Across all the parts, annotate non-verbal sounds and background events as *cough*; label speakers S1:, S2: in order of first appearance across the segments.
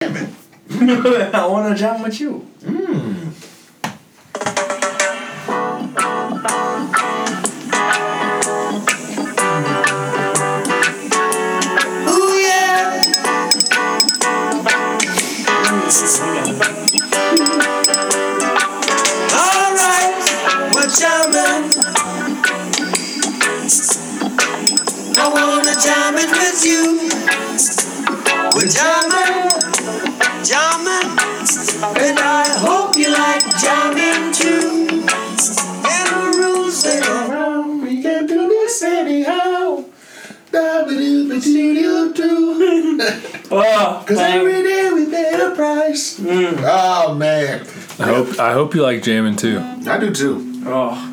S1: *laughs*
S2: I wanna jam with you.
S3: Ooh yeah. All right, we're jamming. I wanna jam it with you. We're jamming, jamming, and I hope you like jamming too. And the rules they go
S2: Around, we can do this anyhow. Because
S1: Oh,
S2: every day we pay a price.
S4: Oh man,
S5: I hope I hope you like jamming too.
S4: I do too.
S1: oh.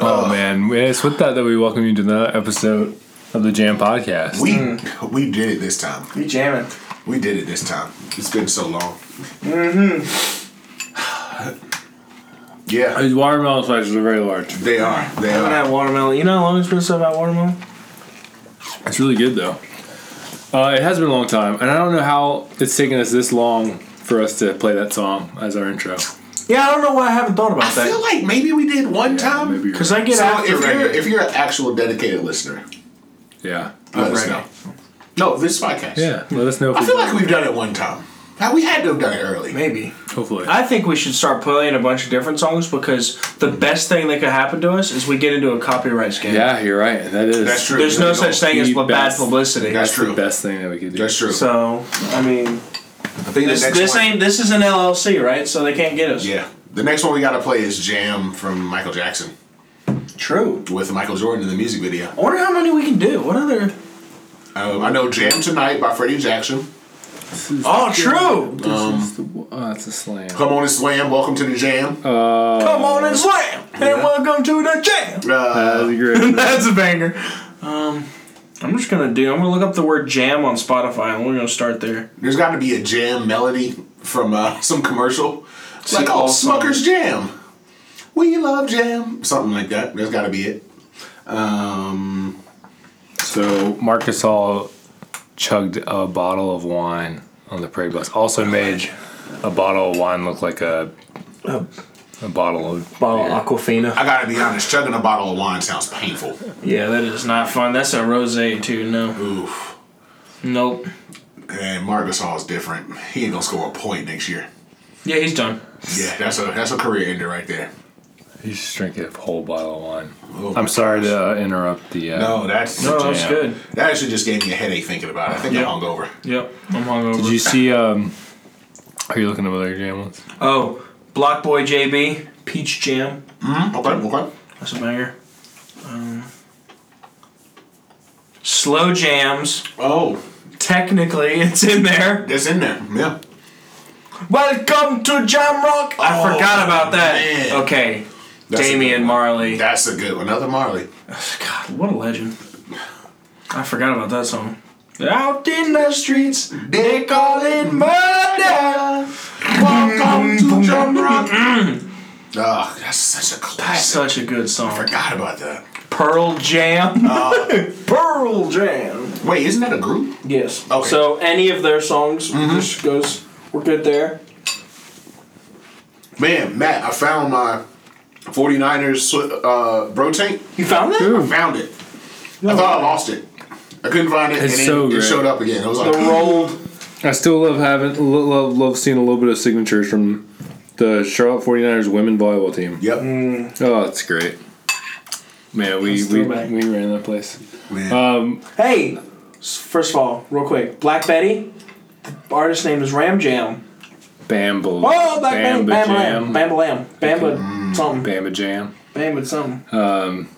S5: Oh man, it's with that that we welcome you to another episode of the Jam Podcast.
S4: We we did it this time.
S1: You jamming.
S4: We did it this time. It's been so long. Mm-hmm. Yeah,
S5: These watermelon slices are very large.
S4: they are. They
S1: I haven't
S4: are.
S1: had watermelon. You know how long it's been since I've had watermelon?
S5: It's really good though. Uh, it has been a long time, and I don't know how it's taken us this long for us to play that song as our intro.
S1: Yeah, I don't know why I haven't thought about
S4: I feel
S1: that.
S4: like maybe we did one
S5: Yeah,
S4: time.
S5: maybe you're
S1: Because I get
S4: So
S1: after
S4: if you're
S1: reggae.
S4: if you're an actual dedicated listener,
S5: right. yeah,
S4: let
S1: Of
S4: us
S1: reggae.
S4: know. No, this podcast.
S5: yeah. Let us know. If
S4: I
S5: we-
S4: feel like we've done it one time. Now, We had to have done it early.
S1: Maybe.
S5: hopefully.
S1: I think we should start playing a bunch of different songs because the best thing that could happen to us is we get into a copyright scam.
S5: yeah, you're right. That is.
S4: That's true.
S1: There's no such thing as
S5: The
S1: bad
S5: best.
S1: publicity.
S4: That's
S5: That's
S4: true.
S5: the best thing that we could do.
S4: That's true.
S1: So, I mean,
S4: I think
S1: this,
S4: the next
S1: this
S4: one,
S1: ain't this is an LLC, right? So they can't get us.
S4: Yeah, the next one we got to play is "Jam" from Michael Jackson
S1: True.
S4: with Michael Jordan in the music video.
S1: I wonder how many we can do. What other?
S4: Um, I know "Jam Tonight" by Freddie Jackson.
S5: This is-
S4: Um,
S1: Oh, true.
S5: This is the, oh, that's a slam.
S4: Come on and slam. Welcome to the jam.
S5: Oh,
S4: Uh,
S1: Come on and slam, and welcome to the jam.
S4: Uh,
S5: That's a
S1: *laughs*
S5: great.
S1: That's a banger. Um, I'm just gonna do. I'm gonna look up the word jam on Spotify, and we're gonna start there.
S4: there's got to be a jam melody from uh, *laughs* some commercial. It's like, oh,
S1: all songs.
S4: Smucker's Jam. We love jam. Something like that. There's got to be it. Um,
S5: So Marcus Hall chugged a bottle of wine on the parade bus. Also made a bottle of wine look like a a bottle of
S1: Bottle
S5: beer.
S1: Aquafina.
S4: I got to be honest. Chugging a bottle of wine sounds painful.
S1: Yeah, that is not fun. That's a rosé too. No,
S4: Oof.
S1: nope.
S4: And Marcus Hall's different. He ain't gonna score a point next year.
S1: Yeah, he's done.
S4: Yeah, that's a that's a career ender right there.
S5: You just drink a whole bottle of wine.
S4: Oh my
S5: I'm sorry to uh, interrupt the. Uh,
S4: No, that's
S1: No, that's
S5: jam.
S1: good.
S4: that actually just gave me a headache thinking about it. I think
S1: Yeah.
S4: I'm hungover.
S1: Yep, I'm hungover.
S5: Did you see? Um, are you looking at other jam ones?
S1: oh, Block Boy JB, Peach Jam.
S4: Okay, okay.
S1: That's a banger. Um, slow jams.
S4: Oh,
S1: Technically, *laughs* it's in there.
S4: it's in there. Yeah.
S1: Welcome to Jam Rock. I
S4: Oh,
S1: forgot about that.
S4: man.
S1: Okay,
S4: That's a good
S1: Damian
S4: one.
S1: Marley.
S4: That's a good one. Another Marley.
S1: God, what a legend. I forgot about that song. Out in the streets, they call it murder.
S4: Welcome to Jump Rock. Ugh, that's such a classic.
S1: Such a good song.
S4: Forgot about that.
S1: Pearl Jam. Oh. *laughs* Pearl Jam.
S4: Wait, isn't that a group?
S1: Yes.
S4: Okay.
S1: So any of their songs just goes. We're good there.
S4: Man, Matt, I found my 49ers swi- uh, bro tank.
S1: You found that?
S4: I found it. I thought I lost it. I couldn't find it,
S5: It's
S4: and
S5: so
S4: then it
S5: great.
S4: showed up again. I was
S1: The
S4: like,
S1: rolled.
S5: I still love having lo- love love seeing a little bit of signatures from the Charlotte 49ers women volleyball team.
S4: Yep.
S5: Oh, that's great. Man, we
S1: That's
S5: we,
S1: throwback.
S5: we ran that place.
S4: Man.
S5: Um,
S1: Hey, s- first of all, real quick, Black Betty. The artist name is Ram Jam.
S5: Bamble.
S1: Oh, Black
S5: Bamba
S1: Betty, Bamba Lam,
S5: Jam.
S1: Bamba Lam, Bamba something,
S5: Bamba Jam.
S1: Bamba something.
S5: Um,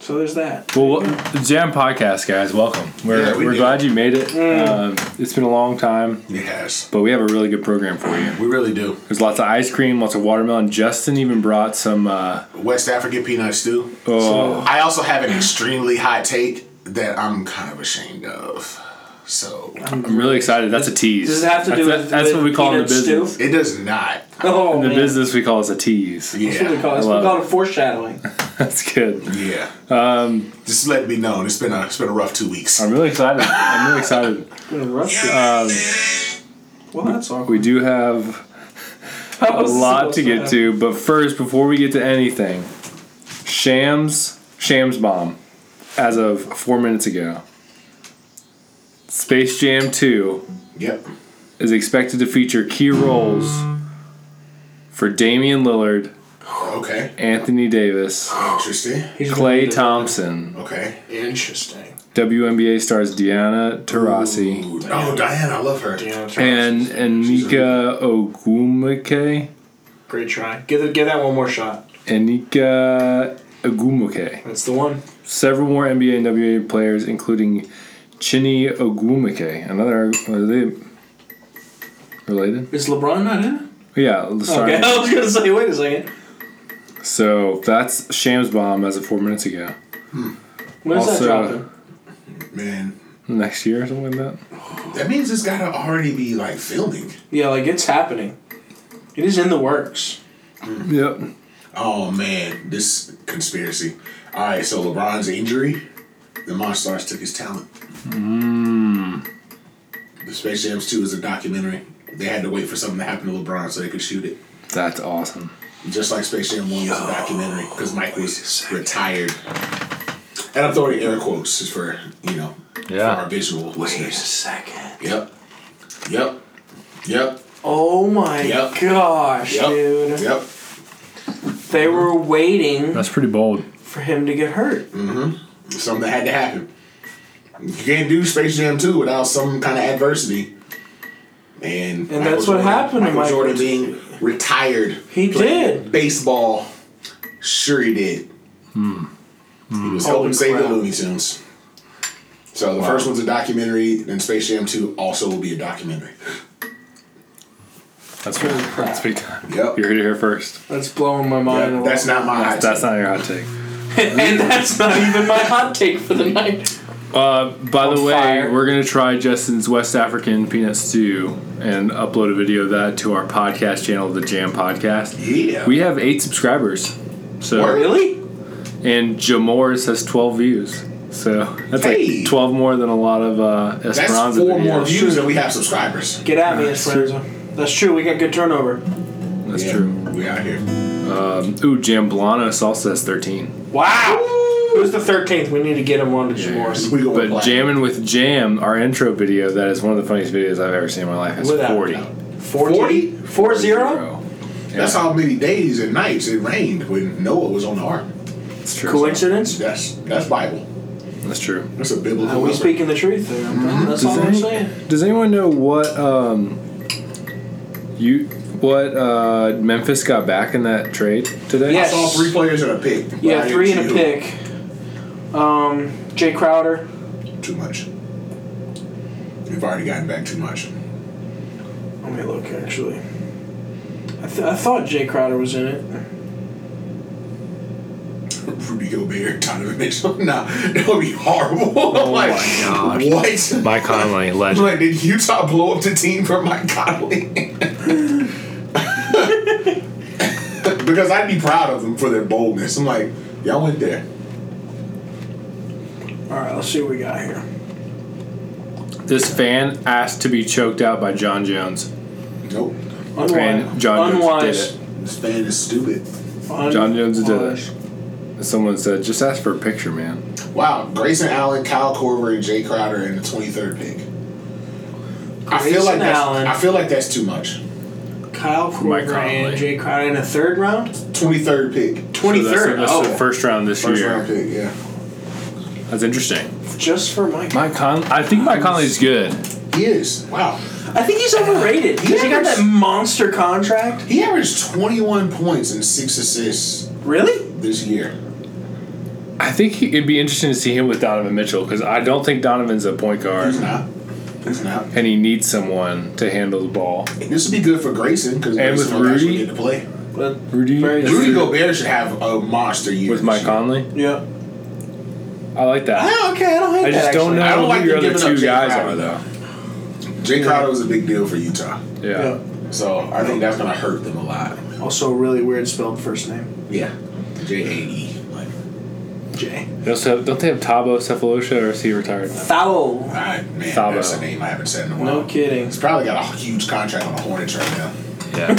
S1: So there's that.
S5: well, the Jam Podcast, guys, welcome. We're,
S4: Yeah, we
S5: we're
S4: did.
S5: glad you made it.
S1: Mm.
S5: Um, it's been a long time,
S4: Yes.
S5: but we have a really good program for you.
S4: We really do.
S5: There's lots of ice cream, lots of watermelon. Justin even brought some. Uh,
S4: West African peanut stew.
S5: oh,
S4: I also have an extremely hot take that I'm kind of ashamed of. So
S5: I'm really excited. That's a tease.
S1: Does it have to
S5: that's
S1: do
S5: that-
S1: with
S5: that's
S1: with
S5: what we call in the
S1: peanut stew?
S5: business.
S4: it does not.
S1: *laughs* Oh,
S5: In the
S1: man.
S5: business, we call this a tease. *laughs*
S1: That's what we call it. That's what we
S5: love
S1: call it foreshadowing.
S5: That's good.
S4: Yeah. Just let it be known. It's
S5: Um,
S4: been a it's been a rough two weeks.
S5: I'm really excited. I'm really excited.
S1: Gonna rush it.
S5: Um,
S1: Well, that's all.
S5: We do have a lot to get to, but first, before we get to anything, Shams, Shams Bomb, as of four minutes ago, Space Jam 2
S4: Yep.
S5: is expected to feature key roles for Damian Lillard,
S4: Okay.
S5: Anthony Davis,
S4: Interesting.
S5: Clay Thompson,
S4: Okay.
S1: Interesting.
S5: WNBA stars Deanna Taurasi,
S4: Ooh, oh, Diana, I love her.
S1: Deanna Taurasi.
S5: and and Nika Ogumike.
S1: Great try. Give, it- give that one more shot.
S5: Anika Agumuke.
S1: That's the one.
S5: Several more NBA and WA players, including Chini Ogumuke. Another, are they related? Oh,
S1: Is LeBron not in?
S5: Yeah, sorry.
S1: Okay, *laughs* I was gonna say, wait a second.
S5: So that's Shams Bomb as of four minutes ago.
S1: When's
S5: Also-
S1: that dropping?
S4: Man,
S5: Next year or something like that?
S4: that means it's gotta already be like filming.
S1: Yeah, like it's happening. It is in the works.
S5: Yep.
S4: Oh man, this conspiracy. All right, so LeBron's injury, the Monstars took his talent. The Space Jams 2 is a documentary. They had to wait for something to happen to LeBron so they could shoot it.
S5: That's awesome.
S4: Just like Space Jam 1 was a documentary
S1: Oh,
S4: because Mike was retired. And I'm throwing air quotes just for, you know,
S5: Yeah.
S4: for our visual listeners.
S1: second.
S4: Yep. Yep. Yep.
S1: Oh my
S4: Yep.
S1: gosh,
S4: Yep.
S1: dude.
S4: Yep.
S1: They were waiting
S5: That's pretty bold.
S1: for him to get hurt.
S4: something had to happen. You can't do Space Jam 2 without some kind of adversity. And,
S1: And that's what
S4: Jordan,
S1: happened to
S4: Michael
S1: Michael
S4: Jordan being retired.
S1: He
S4: playing
S1: did.
S4: Baseball. Sure he did.
S5: Hmm.
S4: He was helping
S1: Hmm. Holy
S4: save the
S1: crap.
S4: Looney Tunes. So the first one's a documentary, and Space Jam 2 also will be a documentary.
S5: That's big, that's big time.
S4: Yep.
S5: You heard it here first.
S1: That's blowing my mind.
S4: Yep, that's not my
S5: That's not your hot take.
S1: and *laughs* that's not even my hot take for the night.
S5: Uh, by the
S1: On
S5: way,
S1: fire.
S5: we're gonna try Justin's West African peanut stew and upload a video of that to our podcast channel, the Jam Podcast.
S4: Yeah.
S5: We have eight subscribers, so
S4: Word.
S1: Really?
S5: and Jamores has twelve views, so that's
S4: Hey.
S5: like twelve more than a lot of uh,
S4: that's
S5: Esperanza
S4: four
S5: videos.
S4: more views than we have subscribers.
S1: Get at me, Esperanza. That's true. We got good turnover.
S5: That's
S4: Yeah,
S5: true.
S4: We out here.
S5: Ooh, Jamblano salsa has thirteen,
S1: Wow. Who's the thirteenth? We need to get him on to Jamor's.
S4: We going
S5: but
S4: black.
S5: jamming with Jam, our intro video, that is one of the funniest videos I've ever seen in my life. Has
S1: Without a
S5: forty.
S1: doubt. 40? 4 0?
S5: Bro,
S4: That's how many days and nights it rained when Noah was on the ark.
S5: That's true.
S1: Coincidence?
S4: That's that's Bible.
S5: That's true.
S4: That's a biblical.
S1: Are we
S4: number.
S1: speaking the truth there? Mhm. That's all I'm
S5: any-
S1: saying.
S5: Does anyone know what um you what uh Memphis got back in that trade today?
S4: I
S1: Yes.
S4: saw three players and a pick. but I
S1: Yeah,
S4: didn't
S1: three and a
S4: see
S1: pick. Um, Jay Crowder.
S4: who. Too much. We've already gotten back too much.
S1: Let me look actually. I, th- I thought Jay Crowder was in it.
S4: Rudy Gobert, Donovan Mitchell. *laughs* Nah, that would be horrible. *laughs* Oh like,
S5: my gosh.
S4: What?
S5: Mike Conley, legend.
S4: Like, did Utah blow up the team for Mike Conley? *laughs* because I'd be proud of them for their boldness. I'm like, y'all went there.
S1: All right, let's see what we got here.
S5: This fan asked to be choked out by John Jones.
S4: Nope.
S1: Unwise.
S5: And John Jones
S1: Unwise.
S5: did
S4: This fan is stupid.
S5: John Jones did
S1: Unwise.
S5: it. Someone said, just ask for a picture, man.
S4: Wow, Grayson Allen, Kyle Korver, and Jay Crowder in the twenty third pick. I feel
S1: Grayson
S4: like that's
S1: Allen.
S4: I feel like that's too much.
S1: Kyle
S5: Mike
S1: Korver
S5: Conley.
S1: and Jay Crowder in a third round.
S4: Twenty third pick.
S1: Twenty
S5: So that's the-
S1: third.
S5: that's the
S1: oh,
S5: first round this
S4: First
S5: year.
S4: round pick, yeah.
S5: That's interesting.
S1: just for Mike.
S5: Mike Con I think Mike Conley's good.
S4: He is. Wow.
S1: I think he's overrated.
S4: He
S1: He, he got
S4: averaged-
S1: that monster contract.
S4: He averaged twenty one points and six assists
S1: Really?
S4: this year.
S5: I think he, it'd be interesting to see him with Donovan Mitchell because I don't think Donovan's a point guard
S4: He's not. He's not.
S5: and he needs someone to handle the ball.
S4: And this would be good for Grayson because
S5: And
S4: Grayson
S5: with
S4: will actually
S5: Rudy?
S4: get to play.
S1: But
S5: Rudy,
S1: Very true.
S4: Rudy Gobert should have a monster year
S5: with
S4: this
S5: Mike
S4: year.
S5: Conley.
S1: yeah.
S5: I like that.
S1: Ah, okay. I don't hate
S5: I
S1: that.
S5: just don't
S1: actually.
S5: know
S4: I don't
S5: who
S4: like
S5: your
S4: them
S5: other
S4: giving up
S5: two
S4: Jay
S5: guys
S4: Crowder.
S5: are though.
S4: Jay Crowder was a big deal for Utah,
S5: Yeah.
S4: so I think that's gonna hurt them a lot.
S1: Yeah. Also, a really weird spelled first name.
S4: Yeah, J A E. Like
S1: Jay.
S5: They also have, don't they have Tabo Cephalosha or is he retired? now?
S1: Foul.
S4: I, man,
S5: Thabo.
S4: that's a name I haven't said in a while.
S1: No kidding.
S4: He's probably got a huge contract on the Hornets right now.
S5: Yeah.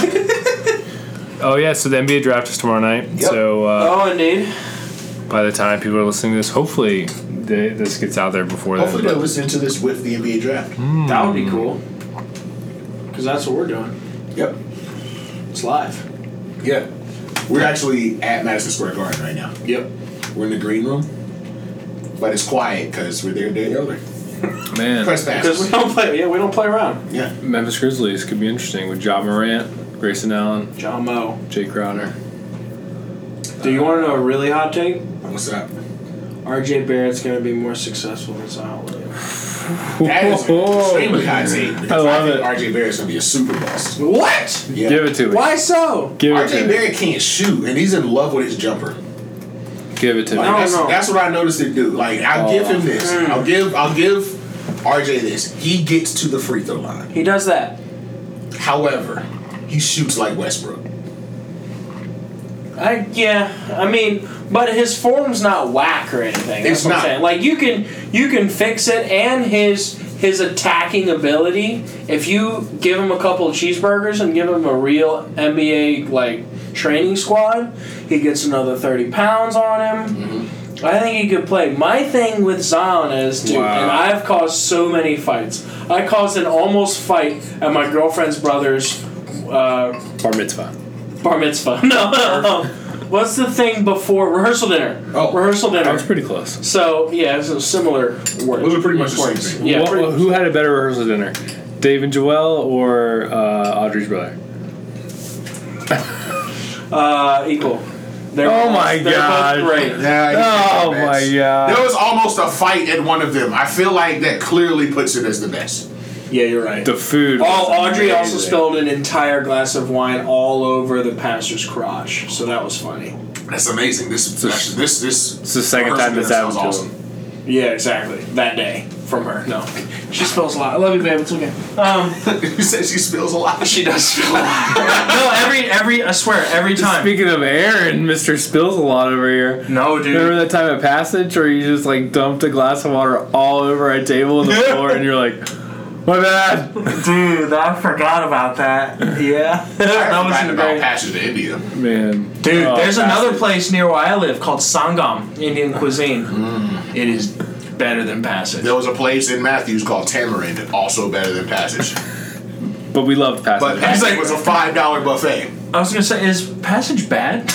S5: oh yeah, so the NBA draft is tomorrow night. So uh,
S1: Oh, indeed.
S5: by the time people are listening to this, hopefully they, this gets out there before then.
S4: Hopefully, they're listening to this with the NBA draft.
S1: That would be cool. Because that's what we're doing.
S4: Yep.
S1: It's live.
S4: Yep. We're actually at Madison Square Garden right now.
S1: *laughs* Yep.
S4: We're in the green room, but it's quiet because we're there a day early.
S5: Man,
S4: Press
S1: Because we
S4: passes.
S1: don't play. Yeah, we don't play around.
S4: Yeah.
S5: Memphis Grizzlies could be interesting with John Morant, Grayson Allen,
S1: John Moe.
S5: Jay Crowder.
S1: Do you want to know a really hot take?
S4: What's
S5: *laughs*
S4: up?
S1: RJ Barrett's going to be more successful than Zion Williamson.
S4: That is
S5: Whoa.
S4: extremely high take. because
S5: love
S4: think
S5: it.
S4: RJ Barrett's gonna be a super boss.
S1: What?
S4: Yeah.
S5: Give it to me.
S1: Why so?
S5: Give it to
S4: RJ
S5: me.
S4: Barrett can't shoot, and he's in love with his jumper.
S5: Give it to
S4: Like,
S5: me.
S1: No,
S4: that's,
S1: no.
S4: that's what I noticed it do. Like I'll
S5: Oh.
S4: give him this. I'll give I'll give RJ this. He gets to the free throw line.
S1: He does that.
S4: However, he shoots like Westbrook.
S1: I yeah, I mean, but his form's not whack or anything. That's
S4: It's
S1: what
S4: not.
S1: I'm saying. Like you can you can fix it, and his his attacking ability. If you give him a couple of cheeseburgers and give him a real NBA like training squad, he gets another thirty pounds on him.
S4: Mm-hmm.
S1: I think he could play. My thing with Zion is, dude,
S5: Wow.
S1: and I've caused so many fights. I caused an almost fight at my girlfriend's brother's uh,
S5: Bar mitzvah.
S1: Bar mitzvah. *laughs* No. What's the thing before rehearsal dinner?
S4: Oh.
S1: rehearsal
S5: That was
S1: dinner.
S5: pretty close.
S1: So yeah, so similar words.
S4: Those are pretty much the same
S1: Words.
S4: thing.
S1: Yeah.
S5: Wha-
S1: pretty-
S5: who had a better rehearsal dinner, Dave and Joel or uh, Audrey's brother?
S1: uh, equal. They're
S5: Oh
S1: both-
S5: my
S1: they're
S5: God.
S1: Both great.
S4: Yeah, you
S5: Oh
S4: think that's-
S5: my God.
S4: There was almost a fight at one of them. I feel like that clearly puts it as the best.
S1: Yeah, you're right.
S4: Oh,
S5: The food.
S1: All, Audrey also
S5: amazing.
S1: spilled an entire glass of wine all over the pastor's crotch, so that was funny.
S4: That's amazing. This this this this.
S5: It's the second time this happened.
S4: sounds
S5: to
S4: awesome.
S5: him.
S1: Yeah, exactly. That day from her. No, she spills a lot. I love you, babe. It's okay. Um,
S4: *laughs* you said she spills a
S1: *laughs*
S4: lot.
S1: she does spill a lot. no, every every I swear every time.
S5: Speaking of Aaron, Mr. Spills a lot over here.
S1: no, dude.
S5: Remember that time at Passage where you just like dumped a glass of water all over a
S1: *laughs*
S5: table on the floor and you're like, my bad.
S1: Dude, I forgot about that. Yeah.
S4: I
S1: that
S4: forgot
S1: was a
S4: about
S1: great.
S4: Passage to India.
S5: Man.
S1: Dude,
S5: Oh,
S1: there's another
S5: Passage.
S1: place near where I live called Sangam, Indian cuisine. It is better than Passage.
S4: There was a place in Matthews called Tamarind, also better than Passage.
S5: But we loved Passage.
S4: But Passage was a five dollar buffet.
S1: I was gonna say, is Passage bad?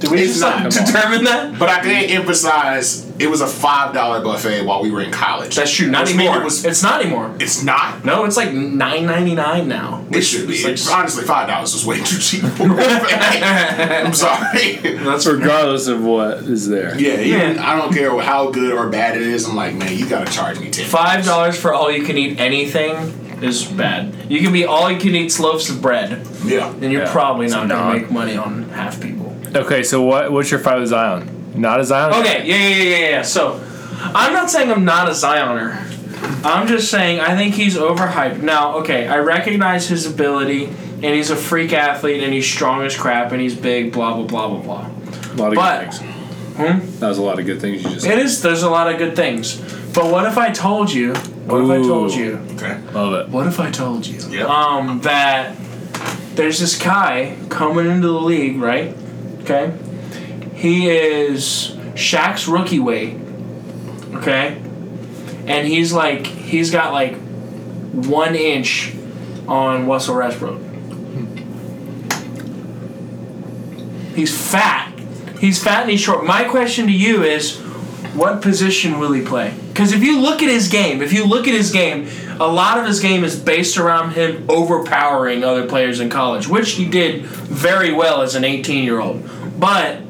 S1: Do we *laughs*
S4: It's
S1: just
S4: not.
S1: like, determine that?
S4: But I did emphasize it was a five dollar buffet while we were in college.
S1: That's true. Not
S4: Which means
S1: anymore.
S4: It was,
S1: it's not anymore.
S4: it's not.
S1: No, it's like nine ninety nine now.
S4: It should be.
S1: It's like-
S4: Honestly, five dollars was way *laughs* too cheap for a buffet.
S1: *laughs*
S4: I'm sorry.
S1: That's
S5: regardless of what is there.
S4: Yeah, even,
S1: Yeah.
S4: I don't care how good or bad it is. I'm like, man, you gotta charge me ten.
S1: five dollars for all you can eat anything is bad. You can be all you can eat loaves of bread,
S4: Yeah.
S1: and you're
S5: Yeah.
S1: probably not
S5: It's a
S1: gonna
S5: non.
S1: make money on half people.
S5: Okay, so what? what's your five with Zion? Not a Zion?
S1: Okay, yeah, yeah, yeah, yeah, yeah. So, I'm not saying I'm not a Zioner. I'm just saying I think he's overhyped. Now, okay, I recognize his ability, and he's a freak athlete, and he's strong as crap, and he's big, blah, blah, blah, blah, blah.
S5: A lot of
S1: But- Hmm?
S5: good things. That was a lot of good things you just
S1: It is, there's a lot of good things. But what if I told you, what if I told
S5: Ooh.
S1: you,
S4: Okay.
S5: love it.
S1: what if I told you,
S4: Yeah.
S1: um, that there's this guy coming into the league, right? Okay? He is Shaq's rookie weight. Okay? And he's like he's got like one inch on Russell Westbrook. He's fat. He's fat and he's short. My question to you is what position will he play? Because if you look at his game, if you look at his game, a lot of his game is based around him overpowering other players in college, which he did very well as an 18 year old. But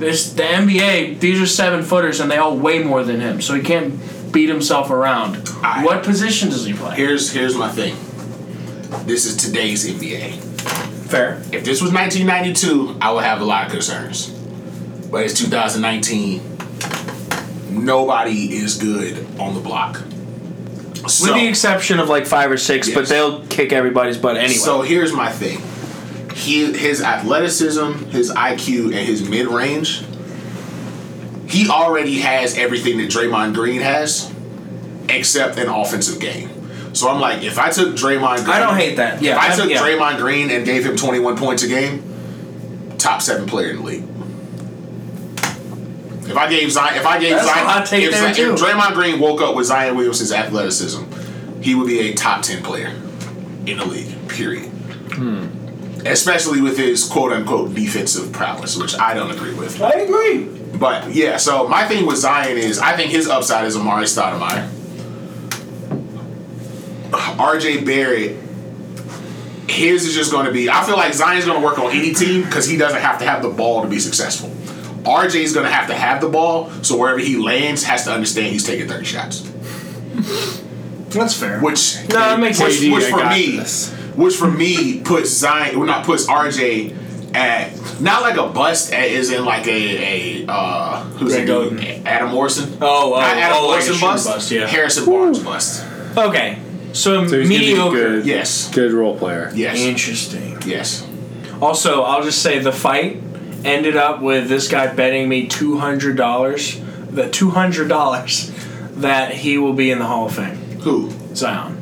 S1: this the NBA, these are seven footers and they all weigh more than him, so he can't beat himself around.
S4: I-
S1: what position does he play?
S4: Here's here's my thing. This is today's NBA.
S1: Fair.
S4: If this was 1992, I would have a lot of concerns. But it's 2019. Nobody is good on the block. So,
S1: With the exception of like five or six, but
S4: Yes.
S1: they'll kick everybody's butt anyway.
S4: so here's my thing. He his athleticism, his IQ, and his mid range he already has everything that Draymond Green has, except an offensive game. So I'm like, if I took Draymond Green,
S1: I don't hate that. Yeah,
S4: if I
S1: I'm-
S4: took
S1: yeah.
S4: Draymond Green and gave him 21 points a game, top seven player in the league. If I gave Zion, if I gave
S1: That's a
S4: Zion,
S1: hot take
S4: if,
S1: there,
S4: if
S1: too.
S4: Draymond Green woke up with Zion Williamson's athleticism, he would be a top ten player in the league. Period.
S1: Hmm.
S4: Especially with his quote unquote defensive prowess, which I don't agree with.
S1: I agree.
S4: But yeah, so my thing with Zion is I think his upside is Amari Stoudemire. RJ Barrett, his is just going to be. I feel like Zion's going to work on any team because he doesn't have to have the ball to be successful. RJ's going to have to have the ball, so wherever he lands, has to understand he's taking 30 shots.
S2: That's fair.
S4: Which
S1: No, that makes
S4: which,
S1: sense.
S4: which
S5: I
S4: for
S5: got
S4: me,
S5: this.
S4: which for me puts Zion, well, not puts RJ at not like a bust, a- is in like a a uh, who's
S1: Greg
S4: that dude?
S1: Oden.
S4: Adam Morrison.
S1: Oh, oh,
S4: not Adam
S1: oh, like a
S4: Morrison
S1: shooting
S4: bust,
S1: bust, yeah.
S4: Harrison Barnes bust.
S1: Okay, so,
S5: So he's gonna be
S1: mediocre.
S5: good.
S4: Yes,
S5: Good role player.
S4: yes,
S1: Interesting.
S4: yes.
S1: Also, I'll just say the fight ended up with this guy betting me two hundred dollars, the two hundred dollars that he will be in the Hall of Fame.
S4: Who
S1: Zion.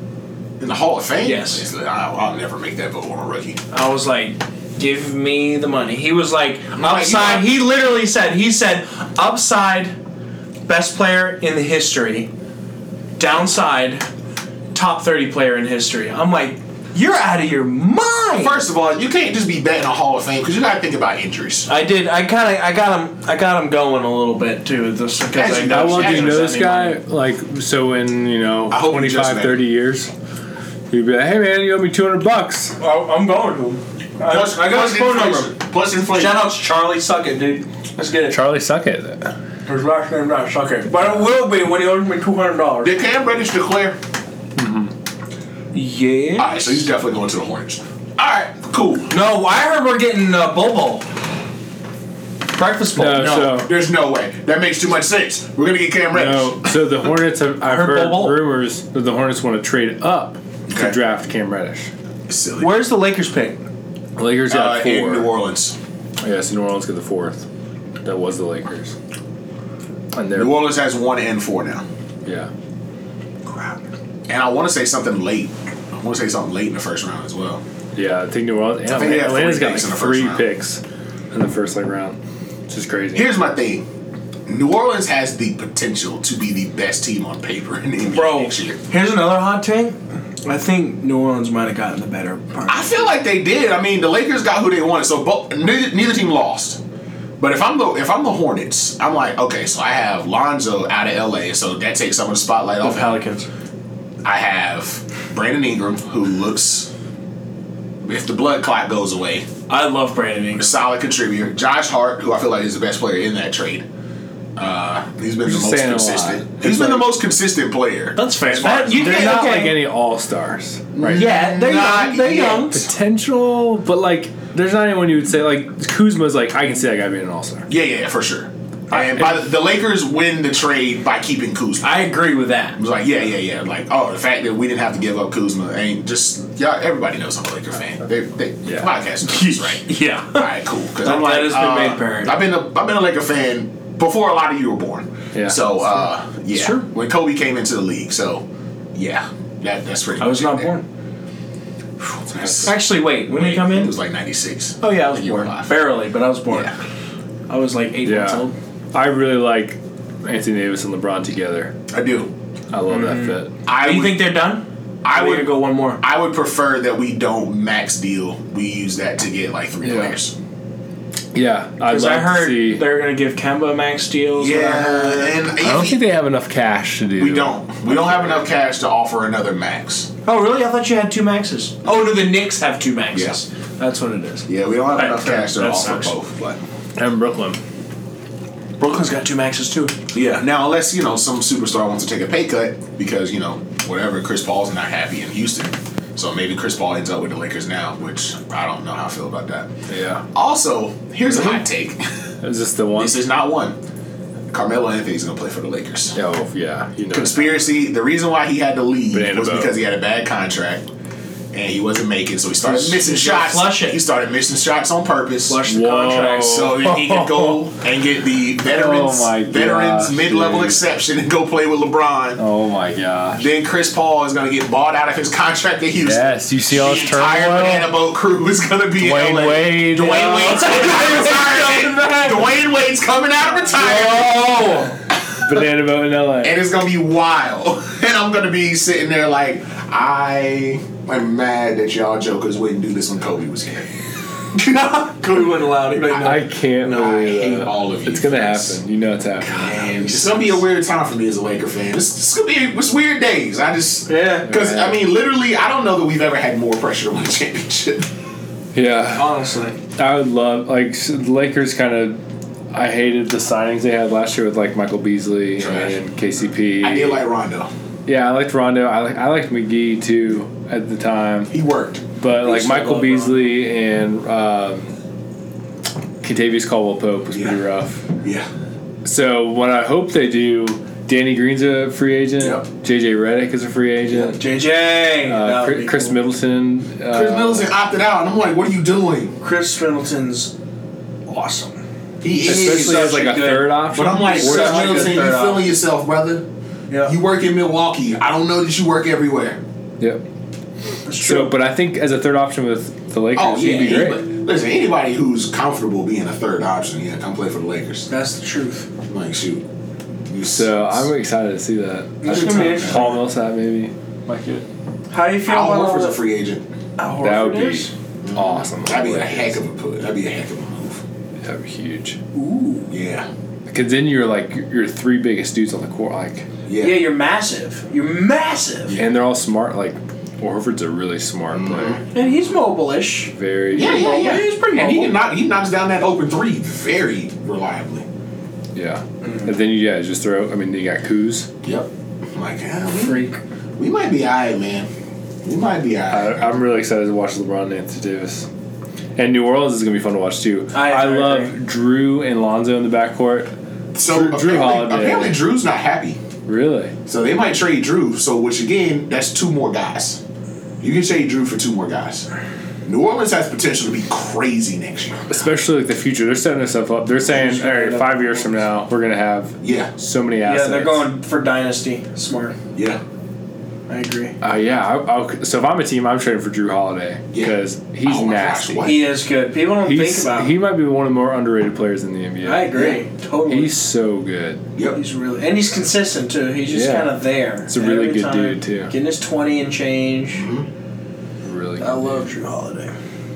S4: in the Hall of Fame?
S1: Yes.
S4: It's- I'll, I'll never make that vote on a rookie.
S1: I was like, give me the money. He was like
S4: like,
S1: upside.
S4: you know-
S1: He literally said, he said upside, best player in the history, downside, top thirty player in history. I'm like, you're out of your mind.
S4: First of all, you can't just be betting a Hall of Fame because you got to think about injuries.
S1: I did. I kind of. I got him. I got him going a little bit too. Just because
S4: As
S1: I
S4: you
S5: How
S4: know,
S5: long do
S4: Yeah,
S5: you
S4: he
S5: know
S4: was
S5: this guy? Like, so in, you know,
S4: I hope he just
S5: 25,
S4: met
S5: 30 years, you'd be like, hey, man, you owe me 200 bucks.
S1: I'm going to him. I, I got his phone number.
S4: Plus inflation.
S1: Shout out to Charlie Suckett, dude. Let's get it.
S5: Charlie Suckett.
S1: His last name's not Suckett, but it will be when he owes me two hundred dollars.
S4: Did Cam Reddish declare? All
S1: Yeah.
S4: right, so he's definitely going to the Hornets. All right, cool.
S1: No, I heard we're getting uh, Bobo. Breakfast bowl.
S5: No,
S4: No,
S5: So-
S4: there's no way. That makes too much sense. We're gonna get Cam Reddish.
S5: No, so the Hornets have, I've
S1: Heard
S5: heard,
S1: Bull Bull.
S5: rumors that the Hornets want to trade up
S4: Okay.
S5: to draft Cam Reddish.
S4: Silly.
S1: Where's the Lakers pick?
S5: Lakers
S4: Uh,
S5: got four.
S4: in New Orleans.
S5: Yes, New Orleans got the fourth. That was the Lakers. And they're
S4: New Orleans has one and four now.
S5: yeah.
S4: Crap. And I want to say something late. I want to say something late in the first round as well.
S5: Yeah, I think New Orleans. Yeah,
S4: think they had three
S5: Atlanta's got
S4: picks in
S5: like
S4: the first
S5: three
S4: round.
S5: picks in the first like round. It's just crazy.
S4: Here's my thing. New Orleans has the potential to be the best team on paper in the NBA
S1: Bro,
S4: next year.
S1: here's another hot take. I think New Orleans might have gotten the better part.
S4: I feel like they did. I mean, the Lakers got who they wanted, so both, neither, neither team lost. But if I'm the if I'm the Hornets, I'm like, okay, so I have Lonzo out of LA, so that takes some of the spotlight off. him.
S1: Pelicans.
S4: I have Brandon Ingram, who looks, if the blood clot goes away,
S1: I love Brandon Ingram.
S4: a solid contributor. Josh Hart, who I feel like is the best player in that trade. Uh, he's been
S5: You're
S4: the most
S5: saying a lot.
S4: consistent.
S5: It's
S4: He's been
S5: like-
S4: the most consistent player.
S1: That's fair.
S4: As far
S1: That-
S4: as-
S1: you
S5: They're
S1: can-
S5: not
S1: okay.
S5: like any all stars, right?
S1: Yeah, they're
S4: Not
S1: young. They're
S4: yet.
S1: young.
S5: Potential, but like, there's not anyone you would say like Kuzma's. Like, I can see that guy being an all star.
S4: yeah, yeah, for sure. And by the, the Lakers win the trade by keeping Kuzma.
S1: I agree with that.
S4: I was like, yeah, yeah, yeah. Like, oh, the fact that we didn't have to give up Kuzma ain't just y'all. Everybody knows I'm a Laker fan. They, they
S5: Yeah.
S4: podcast knows, right? All
S1: *laughs* Yeah.
S4: right, cool. Because
S1: That-
S4: I'm like,
S1: that has been
S4: uh,
S1: made apparent.
S4: I've been a I've been a Laker fan before a lot of you were born.
S5: Yeah.
S4: So uh, yeah,
S1: true.
S4: when Kobe came into the league, so yeah, that that's pretty.
S1: I was
S4: much
S1: not
S4: it.
S1: born.
S4: That's-
S1: Actually, wait. When did he
S4: wait,
S1: come
S4: It
S1: in?
S4: was like '96.
S1: Oh yeah, I was
S4: You were
S1: born.
S4: alive.
S1: Barely, but I was born.
S4: Yeah.
S1: I was like eight months
S5: Yeah,
S1: old.
S5: I really like Anthony Davis and LeBron together.
S4: I do.
S5: I love that
S4: Mm.
S5: fit.
S4: I
S1: Do you
S4: would,
S1: think they're done?
S4: I
S1: Or we
S4: would-
S1: could go one more.
S4: I would prefer that we don't max deal. We use that to get like three
S5: Yeah.
S4: players.
S5: Yeah, I'd
S1: Because
S5: like
S1: I heard
S5: to see.
S1: they're gonna give Kemba a max deals. what I heard.
S4: and
S5: I don't think they have enough cash to do.
S4: we don't. We don't have enough cash to offer another max.
S1: Oh really? I thought you had two maxes. Oh no, the Knicks have two maxes. That's what it is.
S4: Yeah, we don't have
S1: That-
S4: enough cash to
S1: that
S4: offer
S1: sucks.
S4: both. But
S5: And Brooklyn.
S1: Brooklyn's got two maxes too.
S4: yeah, now unless you know some superstar wants to take a pay cut because you know whatever Chris Paul's not happy in Houston, so maybe Chris Paul ends up with the Lakers now, which I don't know how I feel about that.
S5: Yeah.
S4: Also, here's a hot *laughs* take.
S5: Is this the one?
S4: this is not one. Carmelo Anthony's gonna play for the Lakers.
S5: Oh yeah, you know.
S4: conspiracy. The reason why he had to leave
S5: Banana
S4: was
S5: boat.
S4: because he had a bad contract. and he wasn't making, so he started missing
S1: he's gotta
S4: shots.
S1: flush it.
S4: He started missing shots on purpose.
S1: Flush the Oh
S5: Whoa.
S1: contracts.
S4: So that he
S1: *laughs*
S4: could go and get the veterans,
S5: Oh my
S4: veterans
S5: gosh,
S4: mid-level
S5: dude.
S4: exception and go play with LeBron.
S5: Oh my gosh.
S4: Then Chris Paul is going to get bought out of his contract in Houston.
S5: Yes, you see all
S4: The
S5: this
S4: entire banana
S5: turmoil.
S4: boat crew *laughs* is going to be
S5: Dwayne
S4: in LA.
S5: Wade. uh,
S4: Dwayne
S5: Yeah.
S4: Wade's coming out
S5: *laughs*
S4: of retirement. Dwayne Wade's coming out of retirement.
S5: Oh, banana boat in LA.
S4: And it's going to be wild. *laughs* And I'm going to be sitting there like, I am mad that y'all jokers wouldn't do this when Kobe was here. *laughs*
S1: Cody wouldn't allow it. He'd be like, no.
S5: I can't believe
S4: hate
S5: that.
S4: all of you
S5: It's gonna
S4: guys.
S5: happen. You know it's happening.
S4: And it's gonna be a weird time for me as a Laker fan. It's, it's gonna be it's weird days. I just
S1: Yeah.
S4: because I mean literally I don't know that we've ever had more pressure to win a *laughs* championship.
S5: Yeah,
S1: honestly.
S5: I would love like s- the Lakers. Kind of, I hated the signings they had last year with like Michael Beasley
S4: Trash.
S5: and KCP.
S4: I did like Rondo.
S5: yeah, I liked Rondo. I like I liked McGee too at the time.
S4: He worked.
S5: But like
S1: still
S5: Michael
S1: love
S5: Beasley and um, Kentavious Caldwell Pope was pretty
S4: Yeah.
S5: rough.
S4: Yeah.
S5: So what I hope they do, Danny Green's a free agent.
S4: Yep.
S5: JJ Redick is a free agent.
S1: JJ. That
S5: Uh,
S1: would
S5: Chris,
S1: be
S5: Chris
S1: cool.
S5: Middleton. Uh,
S4: Chris Middleton opted out, and I'm like, what are you doing?
S1: Chris Middleton's awesome.
S4: He is.
S5: especially
S1: such
S5: as like
S1: a
S5: a
S1: good-
S5: third option.
S4: But I'm like,
S1: He's
S4: Chris
S1: such a good
S4: Middleton, you
S1: third
S4: feeling
S1: option.
S4: yourself, brother?
S1: Yeah.
S4: You work in Milwaukee. I don't know that you work everywhere.
S5: yep.
S1: That's
S5: So, but I think as a third option with the Lakers,
S4: Oh yeah.
S5: he'd be
S4: anybody-
S5: great.
S4: Listen, anybody who's comfortable being a third option, yeah, come play for the Lakers.
S1: That's the truth.
S4: Like, shoot. You
S5: So I'm excited to see that.
S1: It's
S5: I
S1: gonna be interesting.
S5: Paul Millsap maybe. Might get.
S1: How do you feel
S4: Al
S1: about all
S4: Horford's a
S1: the-
S4: free agent.
S1: Al Horford
S5: That would be
S1: is?
S5: awesome.
S4: That'd be a heck of a put. That'd be a heck of a move.
S5: That'd be huge.
S1: Ooh.
S4: Yeah.
S5: Because then you're like your three biggest dudes on the court, like,
S4: Yeah.
S1: Yeah. you're massive. You're massive.
S5: and they're all smart. Like, Horford's a really smart player.
S1: And he's mobile-ish.
S5: Very.
S4: Yeah, yeah, yeah.
S1: He's pretty
S4: and he,
S1: mobile.
S4: can knock, he knocks down that open three very reliably.
S5: Yeah. And then you yeah just throw. I mean, you got Kuz.
S4: Yep. I'm like, ah, we,
S1: Freak.
S4: we might be all right, man. We might be all
S5: I,
S4: right.
S5: I'm really excited to watch LeBron and Anthony Davis. And New Orleans is gonna be fun to watch too.
S1: I- I agree.
S5: love Drew and Lonzo in the backcourt.
S4: so
S5: Drew- Drew
S4: apparently,
S5: Holiday.
S4: apparently Drew's not happy.
S5: Really?
S4: So they might trade Drew. So which again, that's two more guys. You can trade Drew for two more guys. New Orleans has potential to be crazy next year.
S5: Especially like the future. They're setting this stuff up. They're saying, all right, five years from now, we're gonna have
S4: Yeah.
S5: so many
S1: Yeah,
S5: assets.
S1: they're going for dynasty. Smart.
S4: Yeah.
S1: I agree.
S5: Uh, yeah. I, I'll, so if I'm a team, I'm trading for Drew Holiday
S4: Yeah.
S5: because he's
S4: Oh my gosh,
S5: nasty.
S4: what?
S1: He is good. People don't
S5: He's,
S1: think about
S5: he
S1: him.
S5: might be one of the more underrated players in the NBA.
S1: I agree. Totally.
S5: He's so good.
S4: Yep.
S1: He's really and he's consistent too. He's just
S5: Yeah.
S1: kind of there. It's
S5: a really good dude, too.
S1: Getting his twenty and change.
S5: Really good.
S1: I love Drew Holiday.